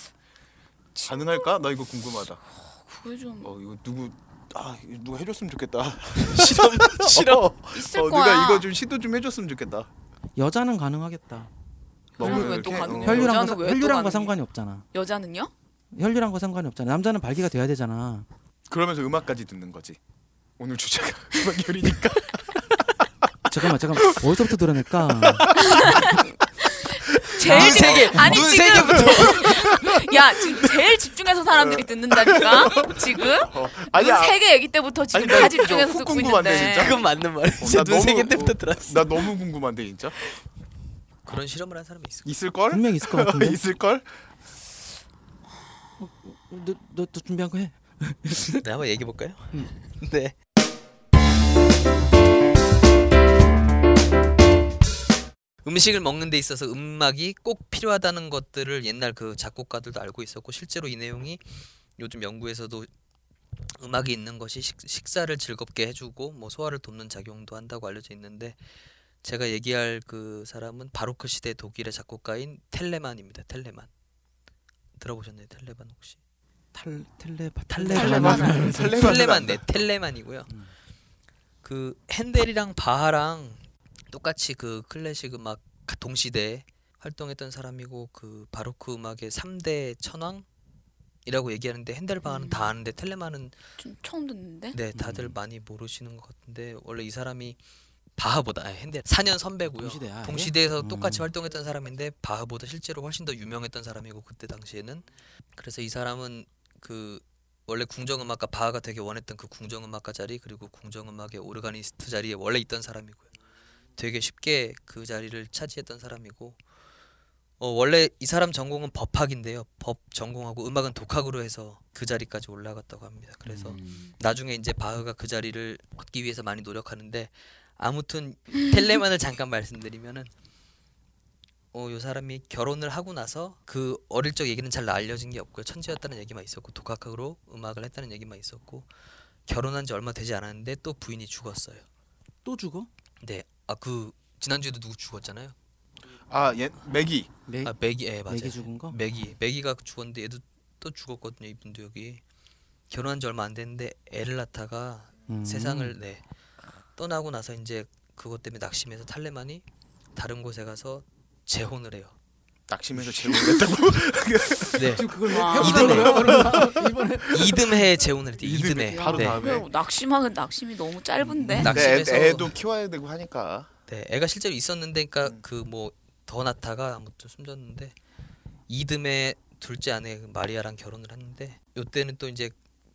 [SPEAKER 2] 가능할까? 나 이거 궁금하다.
[SPEAKER 3] 그게 좀
[SPEAKER 2] 어 이거 누구 아 이거 누가 해줬으면 좋겠다.
[SPEAKER 1] 실험 실험.
[SPEAKER 2] 어,
[SPEAKER 3] 있을
[SPEAKER 2] 어,
[SPEAKER 3] 거야.
[SPEAKER 2] 누가 이거 좀 시도 좀 해줬으면 좋겠다.
[SPEAKER 4] 여자는 가능하겠다.
[SPEAKER 3] 그러면
[SPEAKER 2] 먹으면
[SPEAKER 3] 왜또
[SPEAKER 2] 이렇게,
[SPEAKER 3] 가능해요?
[SPEAKER 2] 어.
[SPEAKER 4] 혈류량과,
[SPEAKER 3] 여자는
[SPEAKER 4] 상-
[SPEAKER 3] 왜또
[SPEAKER 4] 혈류량과
[SPEAKER 3] 가능해?
[SPEAKER 4] 상관이 없잖아.
[SPEAKER 3] 여자는요?
[SPEAKER 4] 혈류량과 상관이 없잖아. 남자는 발기가 돼야 되잖아.
[SPEAKER 2] 그러면서 음악까지 듣는 거지. 오늘 주제가 음악열이니까.
[SPEAKER 4] 잠깐만 잠깐만 어디서부터 드러낼까?
[SPEAKER 1] 눈
[SPEAKER 3] 제일 집-
[SPEAKER 1] 세계.
[SPEAKER 3] 아니
[SPEAKER 1] 눈
[SPEAKER 3] 지금
[SPEAKER 1] 세계부터.
[SPEAKER 3] 야 지금 제일 집중해서 사람들이 듣는다니까 지금
[SPEAKER 2] 어.
[SPEAKER 3] 눈
[SPEAKER 2] 아,
[SPEAKER 3] 세계 얘기 때부터 지금
[SPEAKER 2] 아니, 나
[SPEAKER 3] 다
[SPEAKER 2] 이거
[SPEAKER 3] 집중해서
[SPEAKER 2] 훅
[SPEAKER 3] 듣고
[SPEAKER 2] 궁금한데,
[SPEAKER 3] 있는데
[SPEAKER 2] 진짜.
[SPEAKER 1] 그건 맞는 말이지.
[SPEAKER 2] 나
[SPEAKER 1] 눈 세계
[SPEAKER 2] 너무-
[SPEAKER 1] 때부터
[SPEAKER 2] 어,
[SPEAKER 1] 들었어.
[SPEAKER 2] 나 너무 궁금한데 진짜.
[SPEAKER 1] 그런 실험을 한 사람이 있어.
[SPEAKER 2] 있을 걸?
[SPEAKER 4] 분명 있을 것 같은데.
[SPEAKER 2] 있을 걸?
[SPEAKER 4] 너, 너, 또 준비한 거 해.
[SPEAKER 1] 네, 한번 얘기해 볼까요? 네. 음식을 먹는 데 있어서 음악이 꼭 필요하다는 것들을 옛날 그 작곡가들도 알고 있었고 실제로 이 내용이 요즘 연구에서도 음악이 있는 것이 식, 식사를 즐겁게 해주고 뭐 소화를 돕는 작용도 한다고 알려져 있는데 제가 얘기할 그 사람은 바로크 시대 독일의 작곡가인 텔레만입니다. 텔레만 들어보셨나요? 텔레만 혹시?
[SPEAKER 4] 탈 텔레바
[SPEAKER 1] 탈레반.
[SPEAKER 4] 탈레바.
[SPEAKER 2] 텔레만.
[SPEAKER 1] 텔레만 네 텔레만이고요. 그 핸델이랑 바하랑 똑같이 그 클래식 음악 동시대에 활동했던 사람이고 그 바로크 음악의 3대 천왕이라고 얘기하는데 핸델 바하는
[SPEAKER 3] 음.
[SPEAKER 1] 다 아는데 텔레만은
[SPEAKER 3] 좀 처음 듣는데
[SPEAKER 1] 네 다들 많이 모르시는 것 같은데 원래 이 사람이 바하보다 아니, 핸델 4년 선배고요.
[SPEAKER 4] 동시대야, 아예?
[SPEAKER 1] 동시대에서
[SPEAKER 4] 음.
[SPEAKER 1] 똑같이 활동했던 사람인데 바하보다 실제로 훨씬 더 유명했던 사람이고 그때 당시에는 그래서 이 사람은 그 원래 궁정음악가 바하가 되게 원했던 그 궁정음악가 자리 그리고 궁정음악의 오르가니스트 자리에 원래 있던 사람이고요. 되게 쉽게 그 자리를 차지했던 사람이고 어, 원래 이 사람 전공은 법학인데요. 법 전공하고 음악은 독학으로 해서 그 자리까지 올라갔다고 합니다. 그래서
[SPEAKER 4] 음.
[SPEAKER 2] 음.
[SPEAKER 1] 나중에 이제 바흐가 그 자리를 얻기 위해서 많이 노력하는데 아무튼 텔레만을 잠깐 말씀드리면은 어, 요 사람이 결혼을 하고 나서 그 어릴 적 얘기는 잘 알려진 게 없고요. 천재였다는 얘기만 있었고 독학으로 음악을 했다는 얘기만 있었고 결혼한 지 얼마 되지 않았는데 또 부인이 죽었어요.
[SPEAKER 4] 또 죽어?
[SPEAKER 1] 네. 아 그 지난주에도 누구 죽었잖아요.
[SPEAKER 2] 아, 예, 맥이.
[SPEAKER 4] 맥
[SPEAKER 1] 아 맥이 예 맞아요.
[SPEAKER 4] 네? 맥이 죽은 거?
[SPEAKER 1] 맥이 맥이가 죽었는데 얘도 또 죽었거든요. 이분도 여기 결혼한 지 얼마 안 됐는데 애를 낳다가
[SPEAKER 4] 음.
[SPEAKER 1] 세상을 네 떠나고 나서 이제 그것 때문에 낙심해서 탈레만이 다른 곳에 가서 재혼을 해요.
[SPEAKER 2] 낙심해서 재혼했다고. 아.
[SPEAKER 1] 네.
[SPEAKER 4] 지금 그걸
[SPEAKER 3] 와.
[SPEAKER 4] 해보려고 이번에
[SPEAKER 1] 이듬해에 재혼을 했대. 이듬해.
[SPEAKER 2] 바로
[SPEAKER 1] 네.
[SPEAKER 2] 다음에.
[SPEAKER 3] 그리고 낙심하면 낙심이 너무 짧은데
[SPEAKER 1] 낙-
[SPEAKER 2] 근데
[SPEAKER 1] 낙심해서-
[SPEAKER 2] 애, 애도 키워야 되고 하니까.
[SPEAKER 1] 네. 애가 실제로 있었는데 그러니까
[SPEAKER 2] 음.
[SPEAKER 1] 그 뭐 더 낳다가 아무튼 숨졌는데 이듬해 둘째 아내 그 마리아랑 결혼을 했는데 요때는 또 이제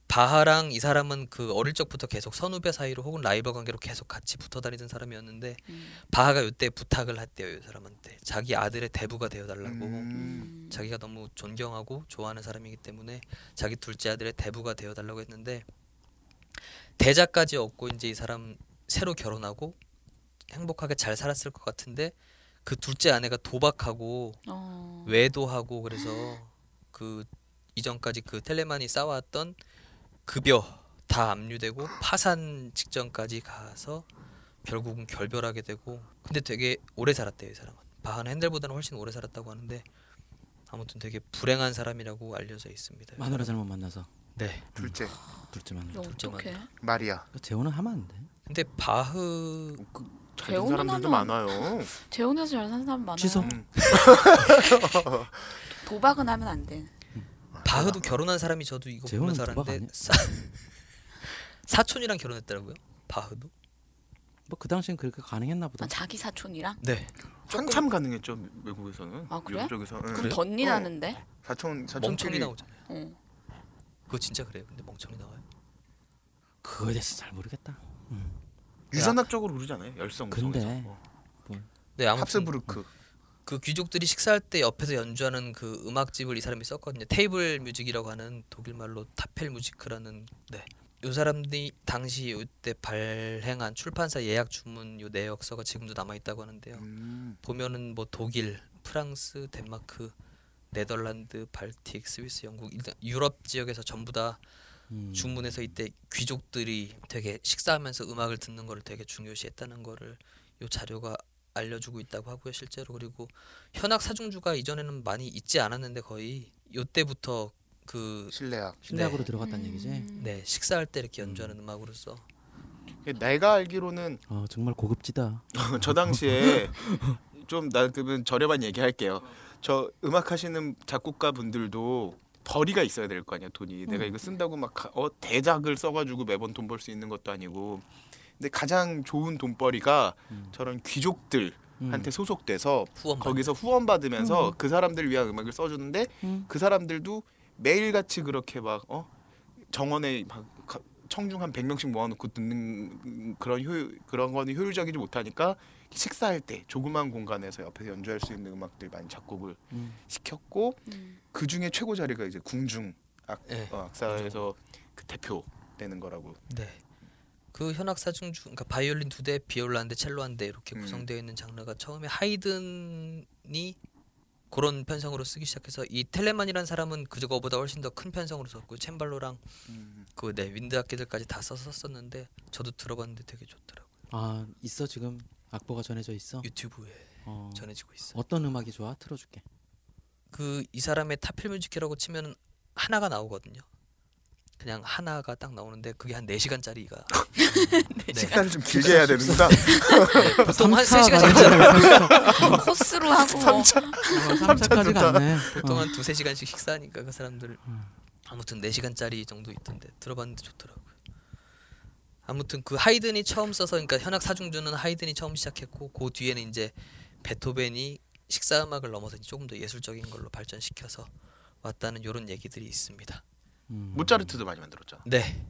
[SPEAKER 1] 바하랑 이 사람은 그 어릴 적부터 계속 선후배 사이로 혹은 라이벌 관계로 계속 같이 붙어 다니던 사람이었는데
[SPEAKER 3] 음.
[SPEAKER 1] 바하가 요때 부탁을 했대요 이 사람한테 자기 아들의 대부가 되어달라고
[SPEAKER 2] 음.
[SPEAKER 3] 음.
[SPEAKER 1] 자기가 너무 존경하고 좋아하는 사람이기 때문에 자기 둘째 아들의 대부가 되어달라고 했는데 대자까지 얻고 이제 이 사람 새로 결혼하고 행복하게 잘 살았을 것 같은데 그 둘째 아내가 도박하고
[SPEAKER 3] 어.
[SPEAKER 1] 외도하고 그래서 그 이전까지 그 텔레만이 쌓아왔던 급여 다 압류되고 파산 직전까지 가서 결국은 결별하게 되고 근데 되게 오래 살았대요 이 사람은 바한 핸델보다는 훨씬 오래 살았다고 하는데 아무튼 되게 불행한 사람이라고 알려져 있습니다.
[SPEAKER 4] 마누라 잘못 만나서
[SPEAKER 1] 네.
[SPEAKER 2] 둘째
[SPEAKER 4] 둘째 마누라.
[SPEAKER 1] 둘째만.
[SPEAKER 3] 어떻게?
[SPEAKER 2] 마리아.
[SPEAKER 3] 음.
[SPEAKER 4] 재혼은 하면 안 돼.
[SPEAKER 1] 근데 바흐
[SPEAKER 2] 자는
[SPEAKER 3] 재혼은
[SPEAKER 2] 사람들도
[SPEAKER 3] 하면-
[SPEAKER 2] 많아요.
[SPEAKER 3] 재혼해서 잘 사는 사람 많아요.
[SPEAKER 4] 취소.
[SPEAKER 2] 음.
[SPEAKER 3] 도박은 하면 안 돼.
[SPEAKER 1] 바흐도 결혼한 사람이 저도 이거
[SPEAKER 4] 재혼은
[SPEAKER 1] 보면서
[SPEAKER 4] 도박
[SPEAKER 1] 알았는데
[SPEAKER 4] 아니야?
[SPEAKER 1] 사, 사촌이랑 결혼했더라고요. 바흐도.
[SPEAKER 4] 뭐 그 당시엔 그렇게 가능했나 보다.
[SPEAKER 3] 아, 자기 사촌이랑?
[SPEAKER 1] 네.
[SPEAKER 2] 한참 가능했죠 외국에서는.
[SPEAKER 3] 아, 그래?
[SPEAKER 2] 유럽 쪽에서. 응.
[SPEAKER 3] 그럼 덧니
[SPEAKER 2] 어.
[SPEAKER 3] 나는데?
[SPEAKER 2] 사촌
[SPEAKER 1] 멍청이
[SPEAKER 2] 사촌끼리
[SPEAKER 1] 나오잖아요.
[SPEAKER 3] 어.
[SPEAKER 1] 그거 진짜 그래요. 근데 멍청이 나와요.
[SPEAKER 4] 그거에 대해서 잘 모르겠다.
[SPEAKER 2] 유전학적으로 그러잖아요. 열성
[SPEAKER 4] 근데-
[SPEAKER 2] 성에서. 어.
[SPEAKER 1] 네, 아무튼
[SPEAKER 2] 합스부르크.
[SPEAKER 1] 그 귀족들이 식사할 때 옆에서 연주하는 그 음악집을 이 사람이 썼거든요. 테이블 뮤직이라고 하는 독일 말로 타펠 무지크라는 네. 요 사람들이 당시 요때 발행한 출판사 예약 주문 요네 내역서가 지금도 남아 있다고 하는데요.
[SPEAKER 2] 음.
[SPEAKER 1] 보면은 뭐 독일, 프랑스, 덴마크, 네덜란드, 발틱, 스위스, 영국 일단 유럽 지역에서 전부 다
[SPEAKER 4] 음.
[SPEAKER 1] 중문에서 이때 귀족들이 되게 식사하면서 음악을 듣는 거를 되게 중요시했다는 거를 요 자료가 알려주고 있다고 하고요 실제로 그리고 현악 사중주가 이전에는 많이 있지 않았는데 거의 요때부터 그
[SPEAKER 2] 실내악.
[SPEAKER 4] 신뢰학으로
[SPEAKER 1] 네.
[SPEAKER 4] 들어갔다는 얘기지.
[SPEAKER 3] 음.
[SPEAKER 1] 네, 식사할 때 이렇게 연주하는 음악으로서
[SPEAKER 2] 내가 알기로는
[SPEAKER 4] 어 정말 고급지다.
[SPEAKER 2] 저 당시에 좀나 그러면 저렴한 얘기할게요. 저 음악 하시는 작곡가 분들도 벌이가 있어야 될 거 아니야 돈이. 내가 이거 쓴다고 막 어 대작을 써가지고 매번 돈 벌 수 있는 것도 아니고. 근데 가장 좋은 돈벌이가 저런 귀족들한테
[SPEAKER 4] 음.
[SPEAKER 2] 소속돼서
[SPEAKER 1] 후원
[SPEAKER 2] 거기서 후원받으면서 그 사람들 위한 음악을 써주는데
[SPEAKER 4] 음.
[SPEAKER 2] 그 사람들도 매일같이 그렇게 막 어? 정원에 막 가- 청중 한 100명씩 모아놓고 듣는 그런 효율 그런 거는 효율적이지 못하니까 식사할 때 조그만 공간에서 옆에서 연주할 수 있는 음악들 많이 작곡을
[SPEAKER 4] 음.
[SPEAKER 2] 시켰고
[SPEAKER 3] 음.
[SPEAKER 2] 그 중에 최고 자리가 이제 궁중 악,
[SPEAKER 1] 예.
[SPEAKER 2] 어, 악사에서 그 대표 되는 거라고
[SPEAKER 1] 네. 그 현악 사중주 그러니까 바이올린 두 대, 비올라 한 대, 첼로 한 대 이렇게
[SPEAKER 2] 음.
[SPEAKER 1] 구성되어 있는 장르가 처음에 하이든이 그런 편성으로 쓰기 시작해서 이 텔레만이라는 사람은 그저거보다 훨씬 더 큰 편성으로 썼고 챔발로랑 그네 윈드 악기들까지 다 썼었었는데 저도 들어봤는데 되게 좋더라고. 요
[SPEAKER 4] 아 있어 지금 악보가 전해져 있어.
[SPEAKER 1] 유튜브에
[SPEAKER 4] 어.
[SPEAKER 1] 전해지고 있어. 요
[SPEAKER 4] 어떤 음악이 좋아? 틀어줄게.
[SPEAKER 1] 그 이 사람의 타필 뮤직이라고 치면은 하나가 나오거든요. 그냥 하나가 딱 나오는데 그게 한 4시간짜리가 네.
[SPEAKER 4] 네.
[SPEAKER 2] 식사를 좀 길게 해야 되는구나
[SPEAKER 1] 보통 한
[SPEAKER 4] 삼차
[SPEAKER 1] 3시간
[SPEAKER 4] 가는 거야.
[SPEAKER 3] 코스로 하고 뭐.
[SPEAKER 4] 삼차까지 갔네.
[SPEAKER 1] 보통
[SPEAKER 4] 어.
[SPEAKER 1] 한 두세 시간씩 식사하니까 그 사람들 아무튼 네 시간짜리 정도 있던데 들어봤는데 좋더라고요. 아무튼 그 하이든이 처음 써서 그러니까 현악 사중주는 하이든이 처음 시작했고 그 뒤에는 이제 베토벤이 식사 음악을 넘어서 이제 조금 더 예술적인 걸로 발전시켜서 왔다는 이런 얘기들이 있습니다.
[SPEAKER 4] 음.
[SPEAKER 2] 모차르트도 많이 만들었잖아
[SPEAKER 1] 네,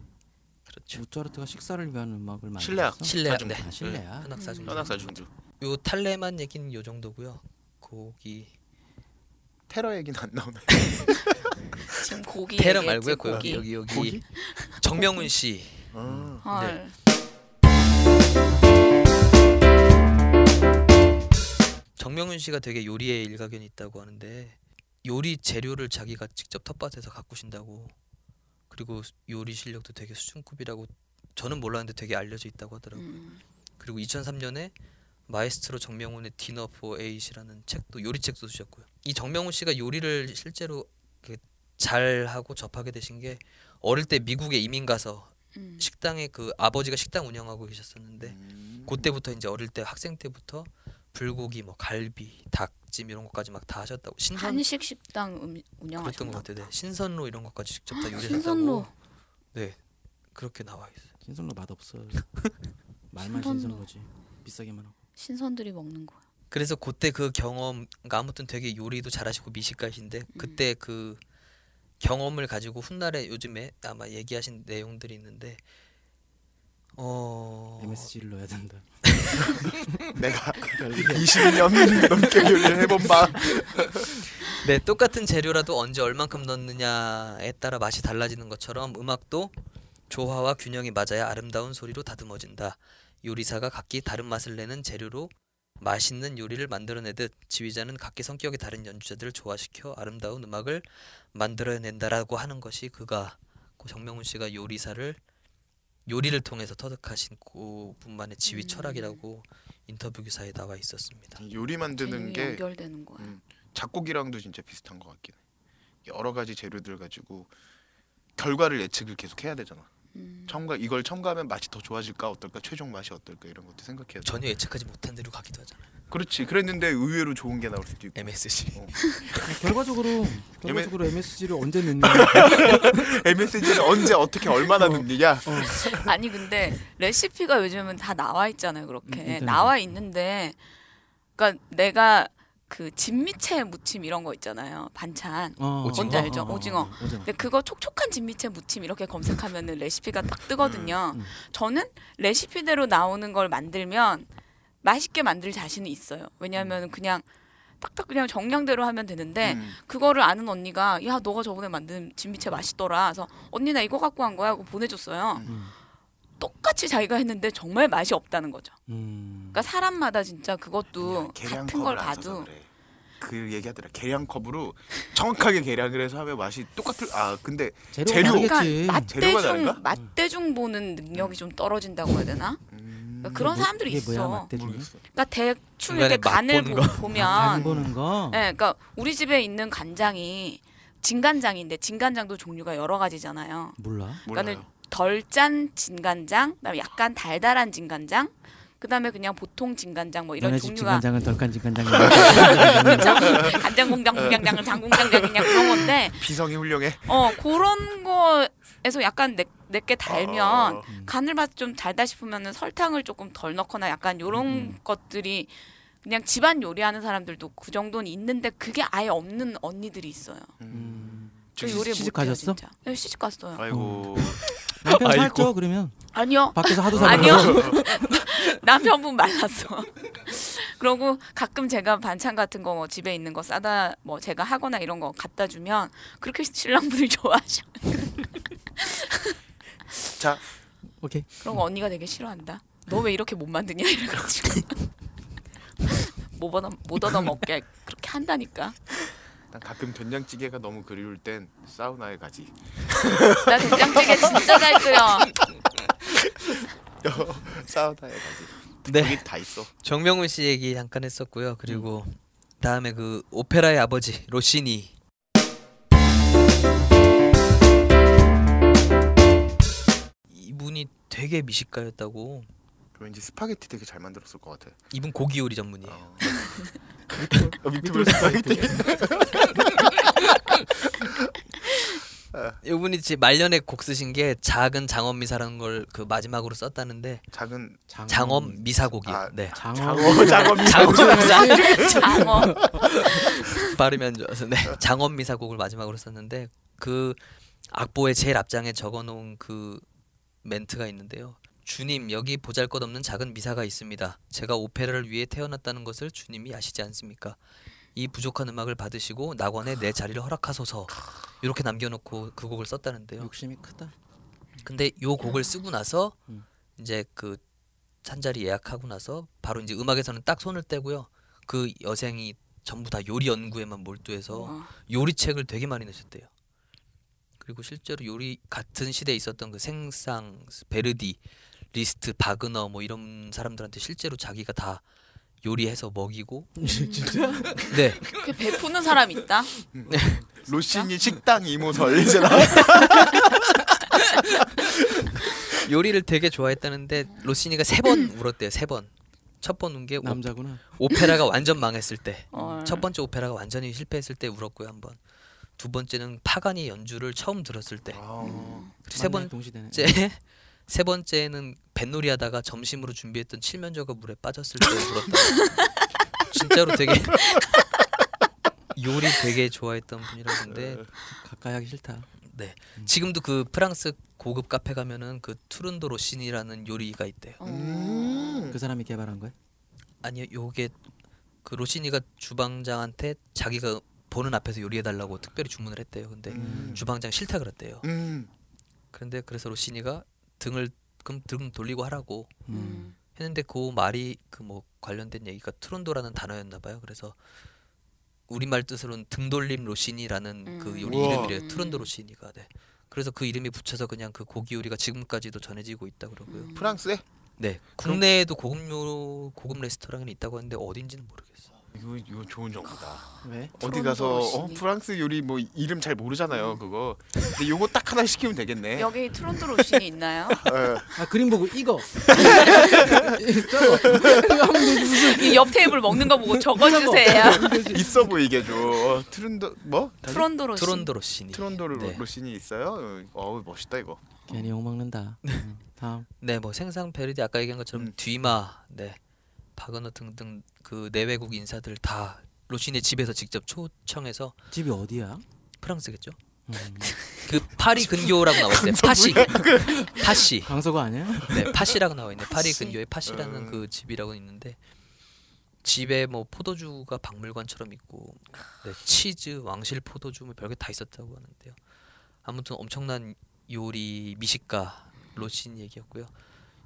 [SPEAKER 1] 그렇죠.
[SPEAKER 4] 모차르트가 식사를 위한 음악을
[SPEAKER 2] 실내악.
[SPEAKER 4] 만들었어.
[SPEAKER 1] 실내악,
[SPEAKER 2] 사중주.
[SPEAKER 1] 네.
[SPEAKER 4] 아, 실내야.
[SPEAKER 1] 현악 사중주.
[SPEAKER 2] 현악 사중주
[SPEAKER 1] 요 탈레만 얘기는 요 정도고요. 거기
[SPEAKER 2] 테러 얘기는 안 나오네
[SPEAKER 3] 지금 고기
[SPEAKER 1] 테러
[SPEAKER 3] 얘기했지,
[SPEAKER 1] 말고요.
[SPEAKER 3] 고기.
[SPEAKER 1] 거기 여기
[SPEAKER 2] 네.
[SPEAKER 1] 여기 정명훈 씨.
[SPEAKER 2] 아.
[SPEAKER 1] 네.
[SPEAKER 3] 헐.
[SPEAKER 1] 정명윤 씨가 되게 요리에 일가견이 있다고 하는데 요리 재료를 자기가 직접 텃밭에서 가꾸신다고 그리고 수- 요리 실력도 되게 수준급이라고 저는 몰랐는데 되게 알려져 있다고 하더라고요.
[SPEAKER 3] 음.
[SPEAKER 1] 그리고 2003년에 마에스트로 정명훈의 디너 포 에잇이라는 책도 요리책도 쓰셨고요. 이 정명훈 씨가 요리를 실제로 이렇게 잘하고 접하게 되신 게 어릴 때 미국에 이민 가서
[SPEAKER 3] 음.
[SPEAKER 1] 식당에 그 아버지가 식당 운영하고 계셨었는데
[SPEAKER 2] 음.
[SPEAKER 1] 그때부터 이제 어릴 때 학생 때부터 불고기 뭐 갈비 닭찜 이런 것까지 막 다 하셨다고 신선
[SPEAKER 3] 한식 식당 음,
[SPEAKER 1] 그랬던 것
[SPEAKER 3] 운영하셨나?
[SPEAKER 1] 같아요. 네. 신선로 이런 것까지 직접 다 요리하셨다고.
[SPEAKER 3] 아,
[SPEAKER 1] 네.
[SPEAKER 3] 신선로.
[SPEAKER 1] 그렇게 나와 있어요.
[SPEAKER 4] 신선로 맛 없어. 말만
[SPEAKER 3] 신선로.
[SPEAKER 4] 신선로지. 비싸게만 하고.
[SPEAKER 3] 신선들이 먹는 거야.
[SPEAKER 1] 그래서
[SPEAKER 3] 음.
[SPEAKER 1] 그때 그 경험 그러니까 아무튼 되게 요리도 잘하시고 미식가신데 그때 그 경험을 가지고 훗날에 요즘에 아마 얘기하신 내용들이 있는데 어
[SPEAKER 4] MSG를 넣어야 된다.
[SPEAKER 2] 음. 내가 20년 넘게 요리를 해본 바
[SPEAKER 1] 네, 똑같은 재료라도 언제 얼만큼 넣느냐에 따라 맛이 달라지는 것처럼 음악도 조화와 균형이 맞아야 아름다운 소리로 다듬어진다. 요리사가 각기 다른 맛을 내는 재료로 맛있는 요리를 만들어내듯 지휘자는 각기 성격이 다른 연주자들을 조화시켜 아름다운 음악을 만들어낸다라고 하는 것이 그가 고 정명훈 씨가 요리사를 요리를 통해서 터득하신 그분만의 지휘
[SPEAKER 3] 음.
[SPEAKER 1] 철학이라고 인터뷰 기사에 나와 있었습니다.
[SPEAKER 2] 요리 만드는
[SPEAKER 3] 재능이
[SPEAKER 2] 게
[SPEAKER 3] 연결되는 거야.
[SPEAKER 2] 음, 작곡이랑도 진짜 비슷한 것 같긴 해. 여러 가지 재료들 가지고 결과를 예측을 계속 해야 되잖아.
[SPEAKER 3] 음.
[SPEAKER 2] 첨가 이걸 첨가하면 맛이 더 좋아질까 어떨까 최종 맛이 어떨까 이런 것도 생각해야 돼.
[SPEAKER 1] 전혀 예측하지 못한 대로 가기도 하잖아요.
[SPEAKER 2] 그렇지. 그랬는데 의외로 좋은 게 나올 수도 있고.
[SPEAKER 1] MSG.
[SPEAKER 4] 결과적으로 결과적으로 MSG를 언제 넣느냐.
[SPEAKER 2] MSG를 언제 어떻게 얼마나 넣느냐.
[SPEAKER 3] 아니 근데 레시피가 요즘은 다 나와 있잖아요.
[SPEAKER 4] 음,
[SPEAKER 3] 그렇게
[SPEAKER 4] 인터넷.
[SPEAKER 3] 나와 있는데, 그러니까 내가 그 진미채 무침 이런 거 있잖아요. 반찬.
[SPEAKER 4] 어,
[SPEAKER 1] 오징어.
[SPEAKER 4] 뭔지
[SPEAKER 3] 어, 오징어.
[SPEAKER 4] 오징어.
[SPEAKER 3] 근데 그거 촉촉한 진미채 무침 이렇게 검색하면은 레시피가 딱 뜨거든요.
[SPEAKER 4] 음, 음.
[SPEAKER 3] 저는 레시피대로 나오는 걸 만들면 맛있게 만들 자신이 있어요. 왜냐하면 그냥 딱딱 그냥 정량대로 하면 되는데
[SPEAKER 2] 음.
[SPEAKER 3] 그거를 아는 언니가 야 너가 저번에 만든 진미채 맛있더라. 그래서 언니 나 이거 갖고 한 거야. 하고 보내줬어요.
[SPEAKER 4] 음.
[SPEAKER 3] 똑같이 자기가 했는데 정말 맛이 없다는 거죠.
[SPEAKER 4] 음.
[SPEAKER 3] 그러니까 사람마다 진짜 그것도
[SPEAKER 2] 예, 계량
[SPEAKER 3] 같은 걸
[SPEAKER 2] 컵을 안 써서
[SPEAKER 3] 봐도
[SPEAKER 2] 그래. 그 얘기하더라. 계량컵으로 정확하게 계량을 해서 하면 맛이 똑같을. 아 근데 재료.
[SPEAKER 4] 재료
[SPEAKER 3] 그러니까
[SPEAKER 4] 다르겠지.
[SPEAKER 2] 재료가 다른가?
[SPEAKER 3] 맛대중 맛대중 보는 능력이 좀 떨어진다고 해야 되나?
[SPEAKER 2] 음,
[SPEAKER 3] 그러니까 그런 사람들이
[SPEAKER 4] 이게 뭐야,
[SPEAKER 3] 있어.
[SPEAKER 4] 맛대중이?
[SPEAKER 2] 모르겠어.
[SPEAKER 3] 그러니까 대충
[SPEAKER 1] 중간에
[SPEAKER 3] 이렇게 간을
[SPEAKER 1] 맛보는
[SPEAKER 3] 보,
[SPEAKER 1] 거.
[SPEAKER 3] 보면
[SPEAKER 4] 간 보는 거.
[SPEAKER 3] 예, 그러니까 우리 집에 있는 간장이 진간장인데 진간장도 종류가 여러 가지잖아요.
[SPEAKER 4] 몰라.
[SPEAKER 2] 몰라요.
[SPEAKER 3] 덜 짠 진간장, 그다음에 약간 달달한 진간장, 그다음에 그냥 보통 진간장 뭐 이런
[SPEAKER 4] 너네 집
[SPEAKER 3] 종류가
[SPEAKER 4] 진간장은 덜간 진간장이야.
[SPEAKER 3] 그렇죠? 간장 공장 공장장 장공장장 그냥 그런 건데
[SPEAKER 2] 비성이 훌륭해.
[SPEAKER 3] 어 그런 거에서 약간 내게 달면
[SPEAKER 1] 아.
[SPEAKER 2] 어,
[SPEAKER 3] 간을 맛 좀 달다 싶으면은 설탕을 조금 덜 넣거나 약간 요런
[SPEAKER 4] 음.
[SPEAKER 3] 것들이 그냥 집안 요리하는 사람들도 그 정도는 있는데 그게 아예 없는 언니들이 있어요.
[SPEAKER 2] 음.
[SPEAKER 4] 음.
[SPEAKER 3] 그
[SPEAKER 2] 지금
[SPEAKER 3] 요리
[SPEAKER 4] 시집
[SPEAKER 3] 못해요,
[SPEAKER 4] 가셨어?
[SPEAKER 3] 진짜. 네, 시집 갔어요.
[SPEAKER 2] 아이고.
[SPEAKER 4] 남편
[SPEAKER 1] 아이고.
[SPEAKER 4] 살쪄 그러면
[SPEAKER 3] 아니요.
[SPEAKER 4] 밖에서 하도 사.
[SPEAKER 3] 아니요. 남편분 말랐어. 그러고 가끔 제가 반찬 같은 거뭐 집에 있는 거 싸다 뭐 제가 하거나 이런 거 갖다 주면 그렇게 신랑분이 좋아하셔.
[SPEAKER 4] 오케이.
[SPEAKER 3] 그런 거 언니가 되게 싫어한다. 너 왜 이렇게 못 만드냐 이래가지고 못 얻어 못 얻어 먹게 그렇게 한다니까.
[SPEAKER 2] 난 가끔 된장찌개가 너무 그리울 땐 사우나에 가지.
[SPEAKER 3] 나 된장찌개 진짜 잘 끓여.
[SPEAKER 2] 사우나에 가지.
[SPEAKER 1] 네.
[SPEAKER 2] 거기 다 있어.
[SPEAKER 1] 정명훈 씨 얘기 잠깐 했었고요. 그리고 다음에 그 오페라의 아버지 로시니 이분이 되게 미식가였다고.
[SPEAKER 2] 왠지 스파게티 되게 잘 만들었을 것 같아.
[SPEAKER 1] 이분 고기 요리 전문이에요.
[SPEAKER 2] 어. 어, 미트볼 스파게티.
[SPEAKER 1] 이분이 제 말년에 곡 쓰신 게 작은 장엄 미사라는 걸 그 마지막으로 썼다는데
[SPEAKER 2] 작은
[SPEAKER 1] 장엄 미사곡이요.
[SPEAKER 2] 음. 아,
[SPEAKER 1] 네.
[SPEAKER 4] 장어.
[SPEAKER 2] 장어 작업이
[SPEAKER 1] 장엄 미사
[SPEAKER 3] 장어.
[SPEAKER 1] 발음이 안 좋아서 네. 장엄 미사곡을 마지막으로 썼는데 그 악보의 제일 앞장에 적어놓은 그 멘트가 있는데요. 주님 여기 보잘것없는 작은 미사가 있습니다. 제가 오페라를 위해 태어났다는 것을 주님이 아시지 않습니까? 이 부족한 음악을 받으시고 낙원에 내 자리를 허락하소서 이렇게 남겨놓고 그 곡을 썼다는데요.
[SPEAKER 4] 욕심이 크다.
[SPEAKER 1] 근데 요 곡을 쓰고 나서
[SPEAKER 4] 음.
[SPEAKER 1] 이제 그 찬자리 예약하고 나서 바로 이제 음악에서는 딱 손을 떼고요. 그 여생이 전부 다 요리 연구에만 몰두해서
[SPEAKER 3] 어.
[SPEAKER 1] 요리책을 되게 많이 내셨대요. 그리고 실제로 요리 같은 시대에 있었던 그 생상, 베르디, 리스트, 바그너 뭐 이런 사람들한테 실제로 자기가 다 요리해서 먹이고
[SPEAKER 4] 진짜?
[SPEAKER 1] 네
[SPEAKER 3] 그렇게 베푸는 사람 있다.
[SPEAKER 2] 로신이 식당 이모설 이잖아.
[SPEAKER 1] 요리를 되게 좋아했다는데 로시니가 세 번 울었대요 세 번. 첫 번 운 게
[SPEAKER 4] 남자구나.
[SPEAKER 1] 오페라가 완전 망했을 때.
[SPEAKER 3] 어.
[SPEAKER 1] 첫 번째 오페라가 완전히 실패했을 때 울었고요 한 번. 두 번째는 파가니 연주를 처음 들었을 때.
[SPEAKER 2] 아,
[SPEAKER 1] 그리고 세
[SPEAKER 4] 맞네,
[SPEAKER 1] 번째
[SPEAKER 4] 동시대네.
[SPEAKER 1] 세 번째는 뱃놀이하다가 점심으로 준비했던 칠면조가 물에 빠졌을 때 울었다. 진짜로 되게 요리 되게 좋아했던 분이라던데
[SPEAKER 4] 가까이 하기 싫다.
[SPEAKER 1] 네
[SPEAKER 4] 음.
[SPEAKER 1] 지금도 그 프랑스 고급 카페 가면은 그 투른도 로시니라는 요리가 있대요.
[SPEAKER 3] 어.
[SPEAKER 2] 음.
[SPEAKER 4] 그 사람이 개발한 거야?
[SPEAKER 1] 아니요 요게 그 로시니가 주방장한테 자기가 보는 앞에서 요리해 달라고 특별히 주문을 했대요. 근데
[SPEAKER 2] 음.
[SPEAKER 1] 주방장 싫다 그랬대요.
[SPEAKER 2] 음.
[SPEAKER 1] 그런데 그래서 로시니가 등을 그럼 등 돌리고 하라고
[SPEAKER 4] 음.
[SPEAKER 3] 음.
[SPEAKER 1] 했는데 그 말이 그 뭐 관련된 얘기가 트론도라는 단어였나 봐요. 그래서 우리말 뜻으로는 등돌림 로시니라는
[SPEAKER 3] 음.
[SPEAKER 1] 그 요리
[SPEAKER 2] 우와.
[SPEAKER 1] 이름이래요. 트론도 로시니가 네. 그래서 그 이름이 붙여서 그냥 그 고기 요리가 지금까지도 전해지고 있다 그러고요.
[SPEAKER 3] 음.
[SPEAKER 2] 프랑스에
[SPEAKER 1] 네. 국내에도 고급 요 고급 레스토랑이 있다고 하는데 어딘지는 모르겠어요.
[SPEAKER 2] 이거 이거 좋은 정보다.
[SPEAKER 4] 왜?
[SPEAKER 2] 어디 가서 어,
[SPEAKER 3] 프랑스.
[SPEAKER 2] 프랑스 요리 뭐 이름 잘 모르잖아요 그거. 근데 요거 딱 하나 시키면 되겠네.
[SPEAKER 3] 여기 트론도 로신이 있나요?
[SPEAKER 2] 어,
[SPEAKER 4] 아 그림 보고 이거. 저거. 이거 하면 되지 무슨.
[SPEAKER 3] 이 옆 테이블 먹는 거 보고 적어주세요.
[SPEAKER 2] 있어 보이게 줘. 어, 트른도 뭐?
[SPEAKER 3] 트론도 로신.
[SPEAKER 1] 트론도 로시니.
[SPEAKER 2] 트론도르
[SPEAKER 1] 네.
[SPEAKER 2] 로신이 있어요. 어우 멋있다 이거.
[SPEAKER 4] 괜히 욕 먹는다. 음, 다음.
[SPEAKER 1] 네, 뭐 생상 베르디 아까 얘기한 것처럼
[SPEAKER 2] 음.
[SPEAKER 1] 뒤마, 네, 바그너 등등 그 내외국 인사들 다 로신의 집에서 직접 초청해서
[SPEAKER 4] 집이 어디야?
[SPEAKER 1] 프랑스겠죠?
[SPEAKER 4] 음,
[SPEAKER 1] 그 파리 근교라고 나와있어요. 파시, 파시,
[SPEAKER 4] 강서구 아니야?
[SPEAKER 1] 네, 파시라고 나와있네. 파리
[SPEAKER 3] 파시.
[SPEAKER 1] 근교에 파시라는
[SPEAKER 2] 음.
[SPEAKER 1] 그 집이라고 있는데 집에 뭐 포도주가 박물관처럼 있고, 네, 치즈, 왕실 포도주 뭐 별게 다 있었다고 하는데요. 아무튼 엄청난 요리 미식가 로신 얘기였고요.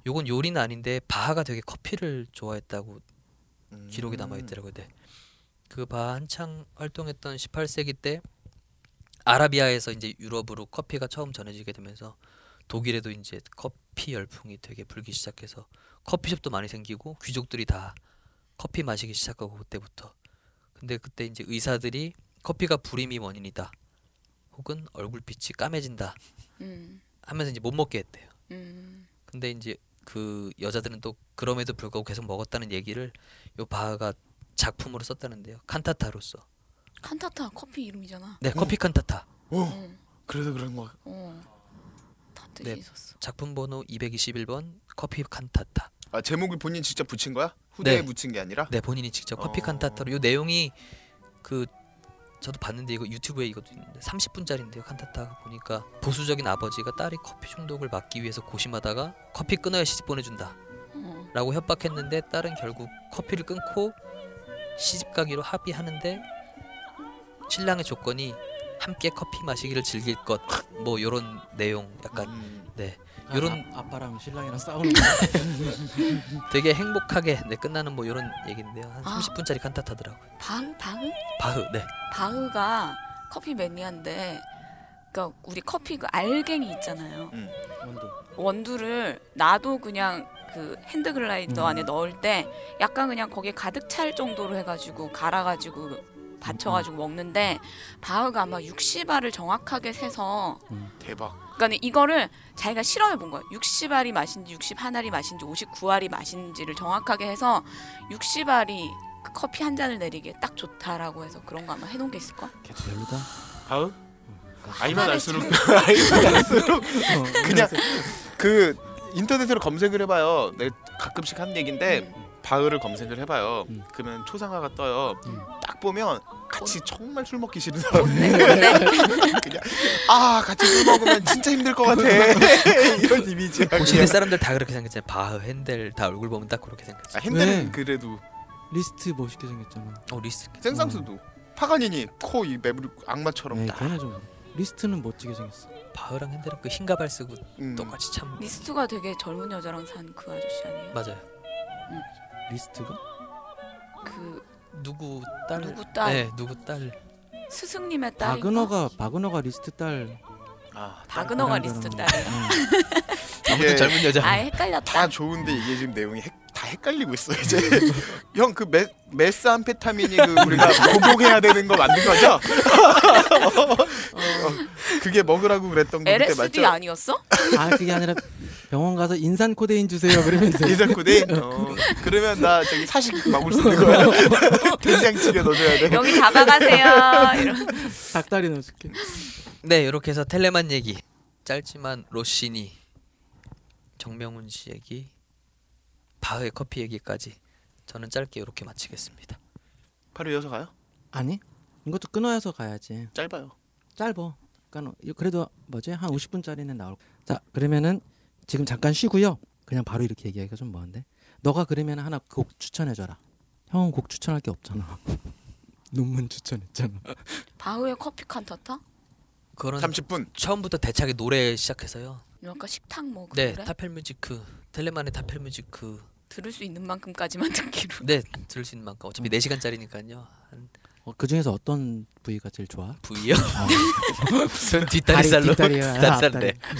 [SPEAKER 1] 요건 요리는 아닌데 바하가 되게 커피를 좋아했다고
[SPEAKER 2] 음.
[SPEAKER 1] 기록이 남아 있더라고요. 네. 그바 한창 활동했던 18세기 때 아라비아에서 이제 유럽으로 커피가 처음 전해지게 되면서 독일에도 이제 커피 열풍이 되게 불기 시작해서 커피숍도 많이 생기고 귀족들이 다 커피 마시기 시작하고 그때부터 근데 그때 이제 의사들이 커피가 불임이 원인이다 혹은 얼굴빛이 까매진다
[SPEAKER 3] 음.
[SPEAKER 1] 하면서 이제 못 먹게 했대요.
[SPEAKER 3] 음.
[SPEAKER 1] 근데 이제 그 여자들은 또 그럼에도 불구하고 계속 먹었다는 얘기를 요 바하가 작품으로 썼다는데요. 칸타타로서.
[SPEAKER 3] 칸타타 커피 이름이잖아.
[SPEAKER 1] 네, 커피 칸타타.
[SPEAKER 2] 오
[SPEAKER 3] 어.
[SPEAKER 2] 그래서 그런 거.
[SPEAKER 3] 어. 다 뜻이
[SPEAKER 1] 네.
[SPEAKER 3] 있었어.
[SPEAKER 1] 작품 번호 221번 커피 칸타타.
[SPEAKER 2] 아 제목을 본인 직접 붙인 거야? 후대에
[SPEAKER 1] 네.
[SPEAKER 2] 붙인 게 아니라?
[SPEAKER 1] 네, 본인이 직접 커피
[SPEAKER 2] 어.
[SPEAKER 1] 칸타타로 요 내용이 그 저도 봤는데 이거 유튜브에 이것도 있는데 30분짜리인데요. 칸타타 보니까 보수적인 아버지가 딸이 커피 중독을 막기 위해서 고심하다가 커피 끊어야 시집 보내 준다.
[SPEAKER 3] 어.
[SPEAKER 1] 라고 협박했는데 딸은 결국 커피를 끊고 시집 가기로 합의하는데 신랑의 조건이 함께 커피 마시기를 즐길 것 뭐 요런 내용 약간
[SPEAKER 2] 음.
[SPEAKER 1] 네 요런-
[SPEAKER 4] 요런 아, 빠랑 신랑이랑 싸우는.
[SPEAKER 1] 되게 행복하게 네 끝나는 뭐 요런 얘긴데요 한
[SPEAKER 3] 아.
[SPEAKER 1] 30분짜리 칸타타더라고요
[SPEAKER 3] 바흐 바흐
[SPEAKER 1] 바흐 네
[SPEAKER 3] 바흐가 커피 매니아인데 그러니까 우리 커피 그 알갱이 있잖아요.
[SPEAKER 4] 원두.
[SPEAKER 3] 원두를 나도 그냥 그 핸드글라이더
[SPEAKER 4] 음.
[SPEAKER 3] 안에 넣을 때 약간 그냥 거기에 가득 찰 정도로 해가지고 갈아가지고 받쳐가지고 먹는데 바흐가 아마 60알을 정확하게 세서
[SPEAKER 2] 대박.
[SPEAKER 3] 그러니까 이거를 자기가 실험해 본 거예요. 60알이 맛인지 61알이 맛인지 59알이 맛인지를 정확하게 해서 60알이 그 커피 한 잔을 내리기에 딱 좋다라고 해서 그런 거 아마 해놓은 게 있을 거야.
[SPEAKER 4] 걔도 별로다.
[SPEAKER 2] 바흐? 아이만
[SPEAKER 3] 하나를
[SPEAKER 2] 음. 알수록 아이만 알수록
[SPEAKER 4] 어,
[SPEAKER 2] 그냥 그 인터넷으로 검색을 해봐요. 내가 가끔씩 하는 얘긴데
[SPEAKER 1] 음.
[SPEAKER 2] 바흐를 검색을 해봐요.
[SPEAKER 4] 음.
[SPEAKER 2] 그러면 초상화가 떠요.
[SPEAKER 4] 음.
[SPEAKER 2] 딱 보면 같이
[SPEAKER 1] 어.
[SPEAKER 2] 정말 술 먹기 싫은 사람
[SPEAKER 3] 근데
[SPEAKER 2] 그냥 아 같이 술 먹으면 진짜 힘들 것 같아 이런 이미지.
[SPEAKER 1] 보시는 사람들 다 그렇게 생겼잖아요 바흐 핸델 다 얼굴 보면 딱 그렇게
[SPEAKER 2] 아,
[SPEAKER 1] 생겼어요
[SPEAKER 2] 핸델은
[SPEAKER 4] 네.
[SPEAKER 2] 그래도
[SPEAKER 1] 음.
[SPEAKER 4] 리스트 멋있게 생겼잖아.
[SPEAKER 1] 어 리스
[SPEAKER 2] 생상수도 파가니니 코이 매부리 악마처럼
[SPEAKER 1] 네,
[SPEAKER 4] 에이,
[SPEAKER 2] 딱.
[SPEAKER 4] 네, 걔는 좀 리스트는 멋지게 생겼어.
[SPEAKER 1] 바흐랑 핸델은 그 흰가발 쓰고
[SPEAKER 2] 음.
[SPEAKER 1] 똑같이 참
[SPEAKER 3] 리스트가 되게 젊은 여자랑 산 그 아저씨 아니에요?
[SPEAKER 1] 맞아요
[SPEAKER 4] 리스트가?
[SPEAKER 3] 그
[SPEAKER 1] 누구 딸
[SPEAKER 3] 누구 딸?
[SPEAKER 1] 네 누구 딸
[SPEAKER 3] 스승님의 딸.
[SPEAKER 4] 바그너가 바그너가 리스트 딸.
[SPEAKER 2] 아,
[SPEAKER 3] 바그너가
[SPEAKER 4] 딸이라는
[SPEAKER 3] 리스트
[SPEAKER 4] 거는.
[SPEAKER 3] 딸.
[SPEAKER 4] 응.
[SPEAKER 1] 아무튼 젊은 여자
[SPEAKER 3] 아 헷갈렸다.
[SPEAKER 2] 다 좋은데 이게 지금 내용이 헷, 다 헷갈리고 있어 이제 형 그 메스 암페타민이 그 우리가 복용해야 되는 거 맞는 거죠? 어, 그게 먹으라고 그랬던 거 그때
[SPEAKER 3] LSD
[SPEAKER 2] 맞죠?
[SPEAKER 3] 아니었어?
[SPEAKER 4] 아 그게 아니라 병원 가서 인산 코데인 주세요. 그러면서.
[SPEAKER 2] 인산코데 어, 그러면 나 저기 사식 막을 수 있는 거야 된장찌개 넣어줘야 돼
[SPEAKER 3] 여기 잡아가세요. 이런.
[SPEAKER 4] 닭다리 넣어줄게.
[SPEAKER 1] 네, 이렇게 해서 텔레만 얘기 짧지만 로시니 정명훈 씨 얘기 바흐의 커피 얘기까지 저는 짧게 이렇게 마치겠습니다.
[SPEAKER 2] 바로 이어서 가요?
[SPEAKER 4] 아니? 이것도 끊어서 가야지.
[SPEAKER 2] 짧아요.
[SPEAKER 4] 짧어. 그러니까 그래도 뭐지 한 50분짜리는 나올. 자 그러면은 지금 잠깐 쉬고요. 그냥 바로 이렇게 얘기하기가 좀 먼데. 너가 그러면 하나 곡 추천해줘라. 형은 곡 추천할 게 없잖아. 논문 추천했잖아.
[SPEAKER 3] 바흐의 커피 칸타타?
[SPEAKER 1] 그런
[SPEAKER 2] 30분.
[SPEAKER 1] 처음부터 대차게 노래 시작해서요.
[SPEAKER 3] 아까 식탁 뭐
[SPEAKER 1] 네,
[SPEAKER 3] 그래?
[SPEAKER 1] 타펠뮤지크 텔레만의 타펠뮤지크 그,
[SPEAKER 3] 들을 수 있는 만큼까지만 듣기로.
[SPEAKER 1] 네 들을 수 있는 만큼 어차피 4 시간짜리니까요.
[SPEAKER 4] 어, 그 중에서 어떤 부위가 제일 좋아?
[SPEAKER 1] 부위요? 어. 뒷다리살로 아,
[SPEAKER 4] 뒷다리야,
[SPEAKER 1] 뒷다리살네.
[SPEAKER 4] 앞다리.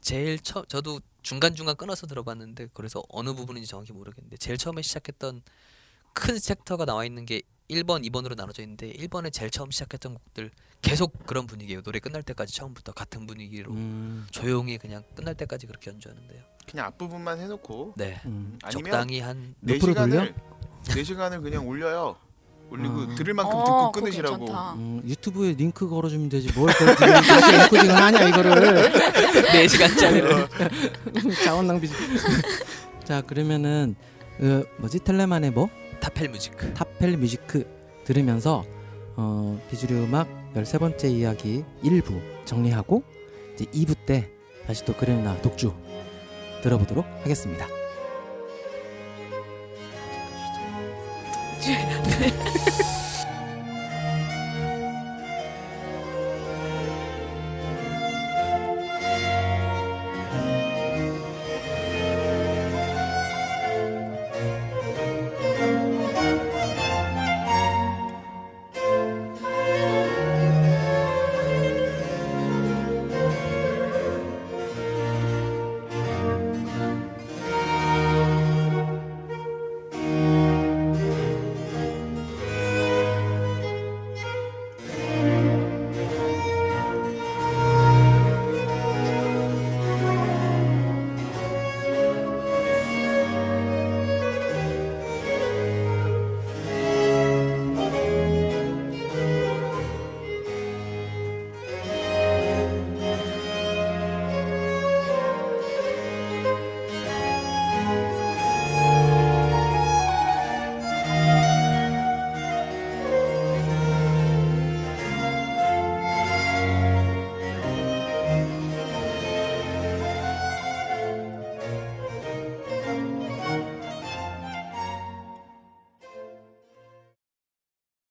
[SPEAKER 1] 제일 처 저도 중간 중간 끊어서 들어봤는데 그래서 어느 부분인지 정확히 모르겠는데 제일 처음에 시작했던 큰 섹터가 나와 있는 게 1번, 2번으로 나눠져 있는데 1번에 제일 처음 시작했던 곡들 계속 그런 분위기예요. 노래 끝날 때까지 처음부터 같은 분위기로
[SPEAKER 4] 음,
[SPEAKER 1] 조용히 그냥 끝날 때까지 그렇게 연주하는데요.
[SPEAKER 2] 그냥 앞부분만 해놓고
[SPEAKER 1] 네.
[SPEAKER 4] 음.
[SPEAKER 2] 아니면
[SPEAKER 1] 적당히 한
[SPEAKER 2] 네
[SPEAKER 4] 루프로 돌려?
[SPEAKER 2] 시간을 네 시간을 그냥 올려요. 올리고
[SPEAKER 4] 아.
[SPEAKER 2] 들을 만큼
[SPEAKER 3] 어,
[SPEAKER 2] 듣고
[SPEAKER 3] 그거
[SPEAKER 2] 끊으시라고.
[SPEAKER 3] 괜찮다.
[SPEAKER 4] 음, 유튜브에 링크 걸어주면 되지 뭘 그걸 지금 다시 링크딩을 하냐 이거를
[SPEAKER 2] 네. 어.
[SPEAKER 1] 4시간짜리로
[SPEAKER 4] 자원 낭비지. 자 그러면은 어, 뭐지 텔레만의 뭐
[SPEAKER 1] 타펠 뮤직.
[SPEAKER 4] 타펠 뮤지크 들으면서 어, 비주류 음악 13번째 이야기 1부 정리하고 이제 2부 때 다시 또 그래나 독주 들어보도록 하겠습니다.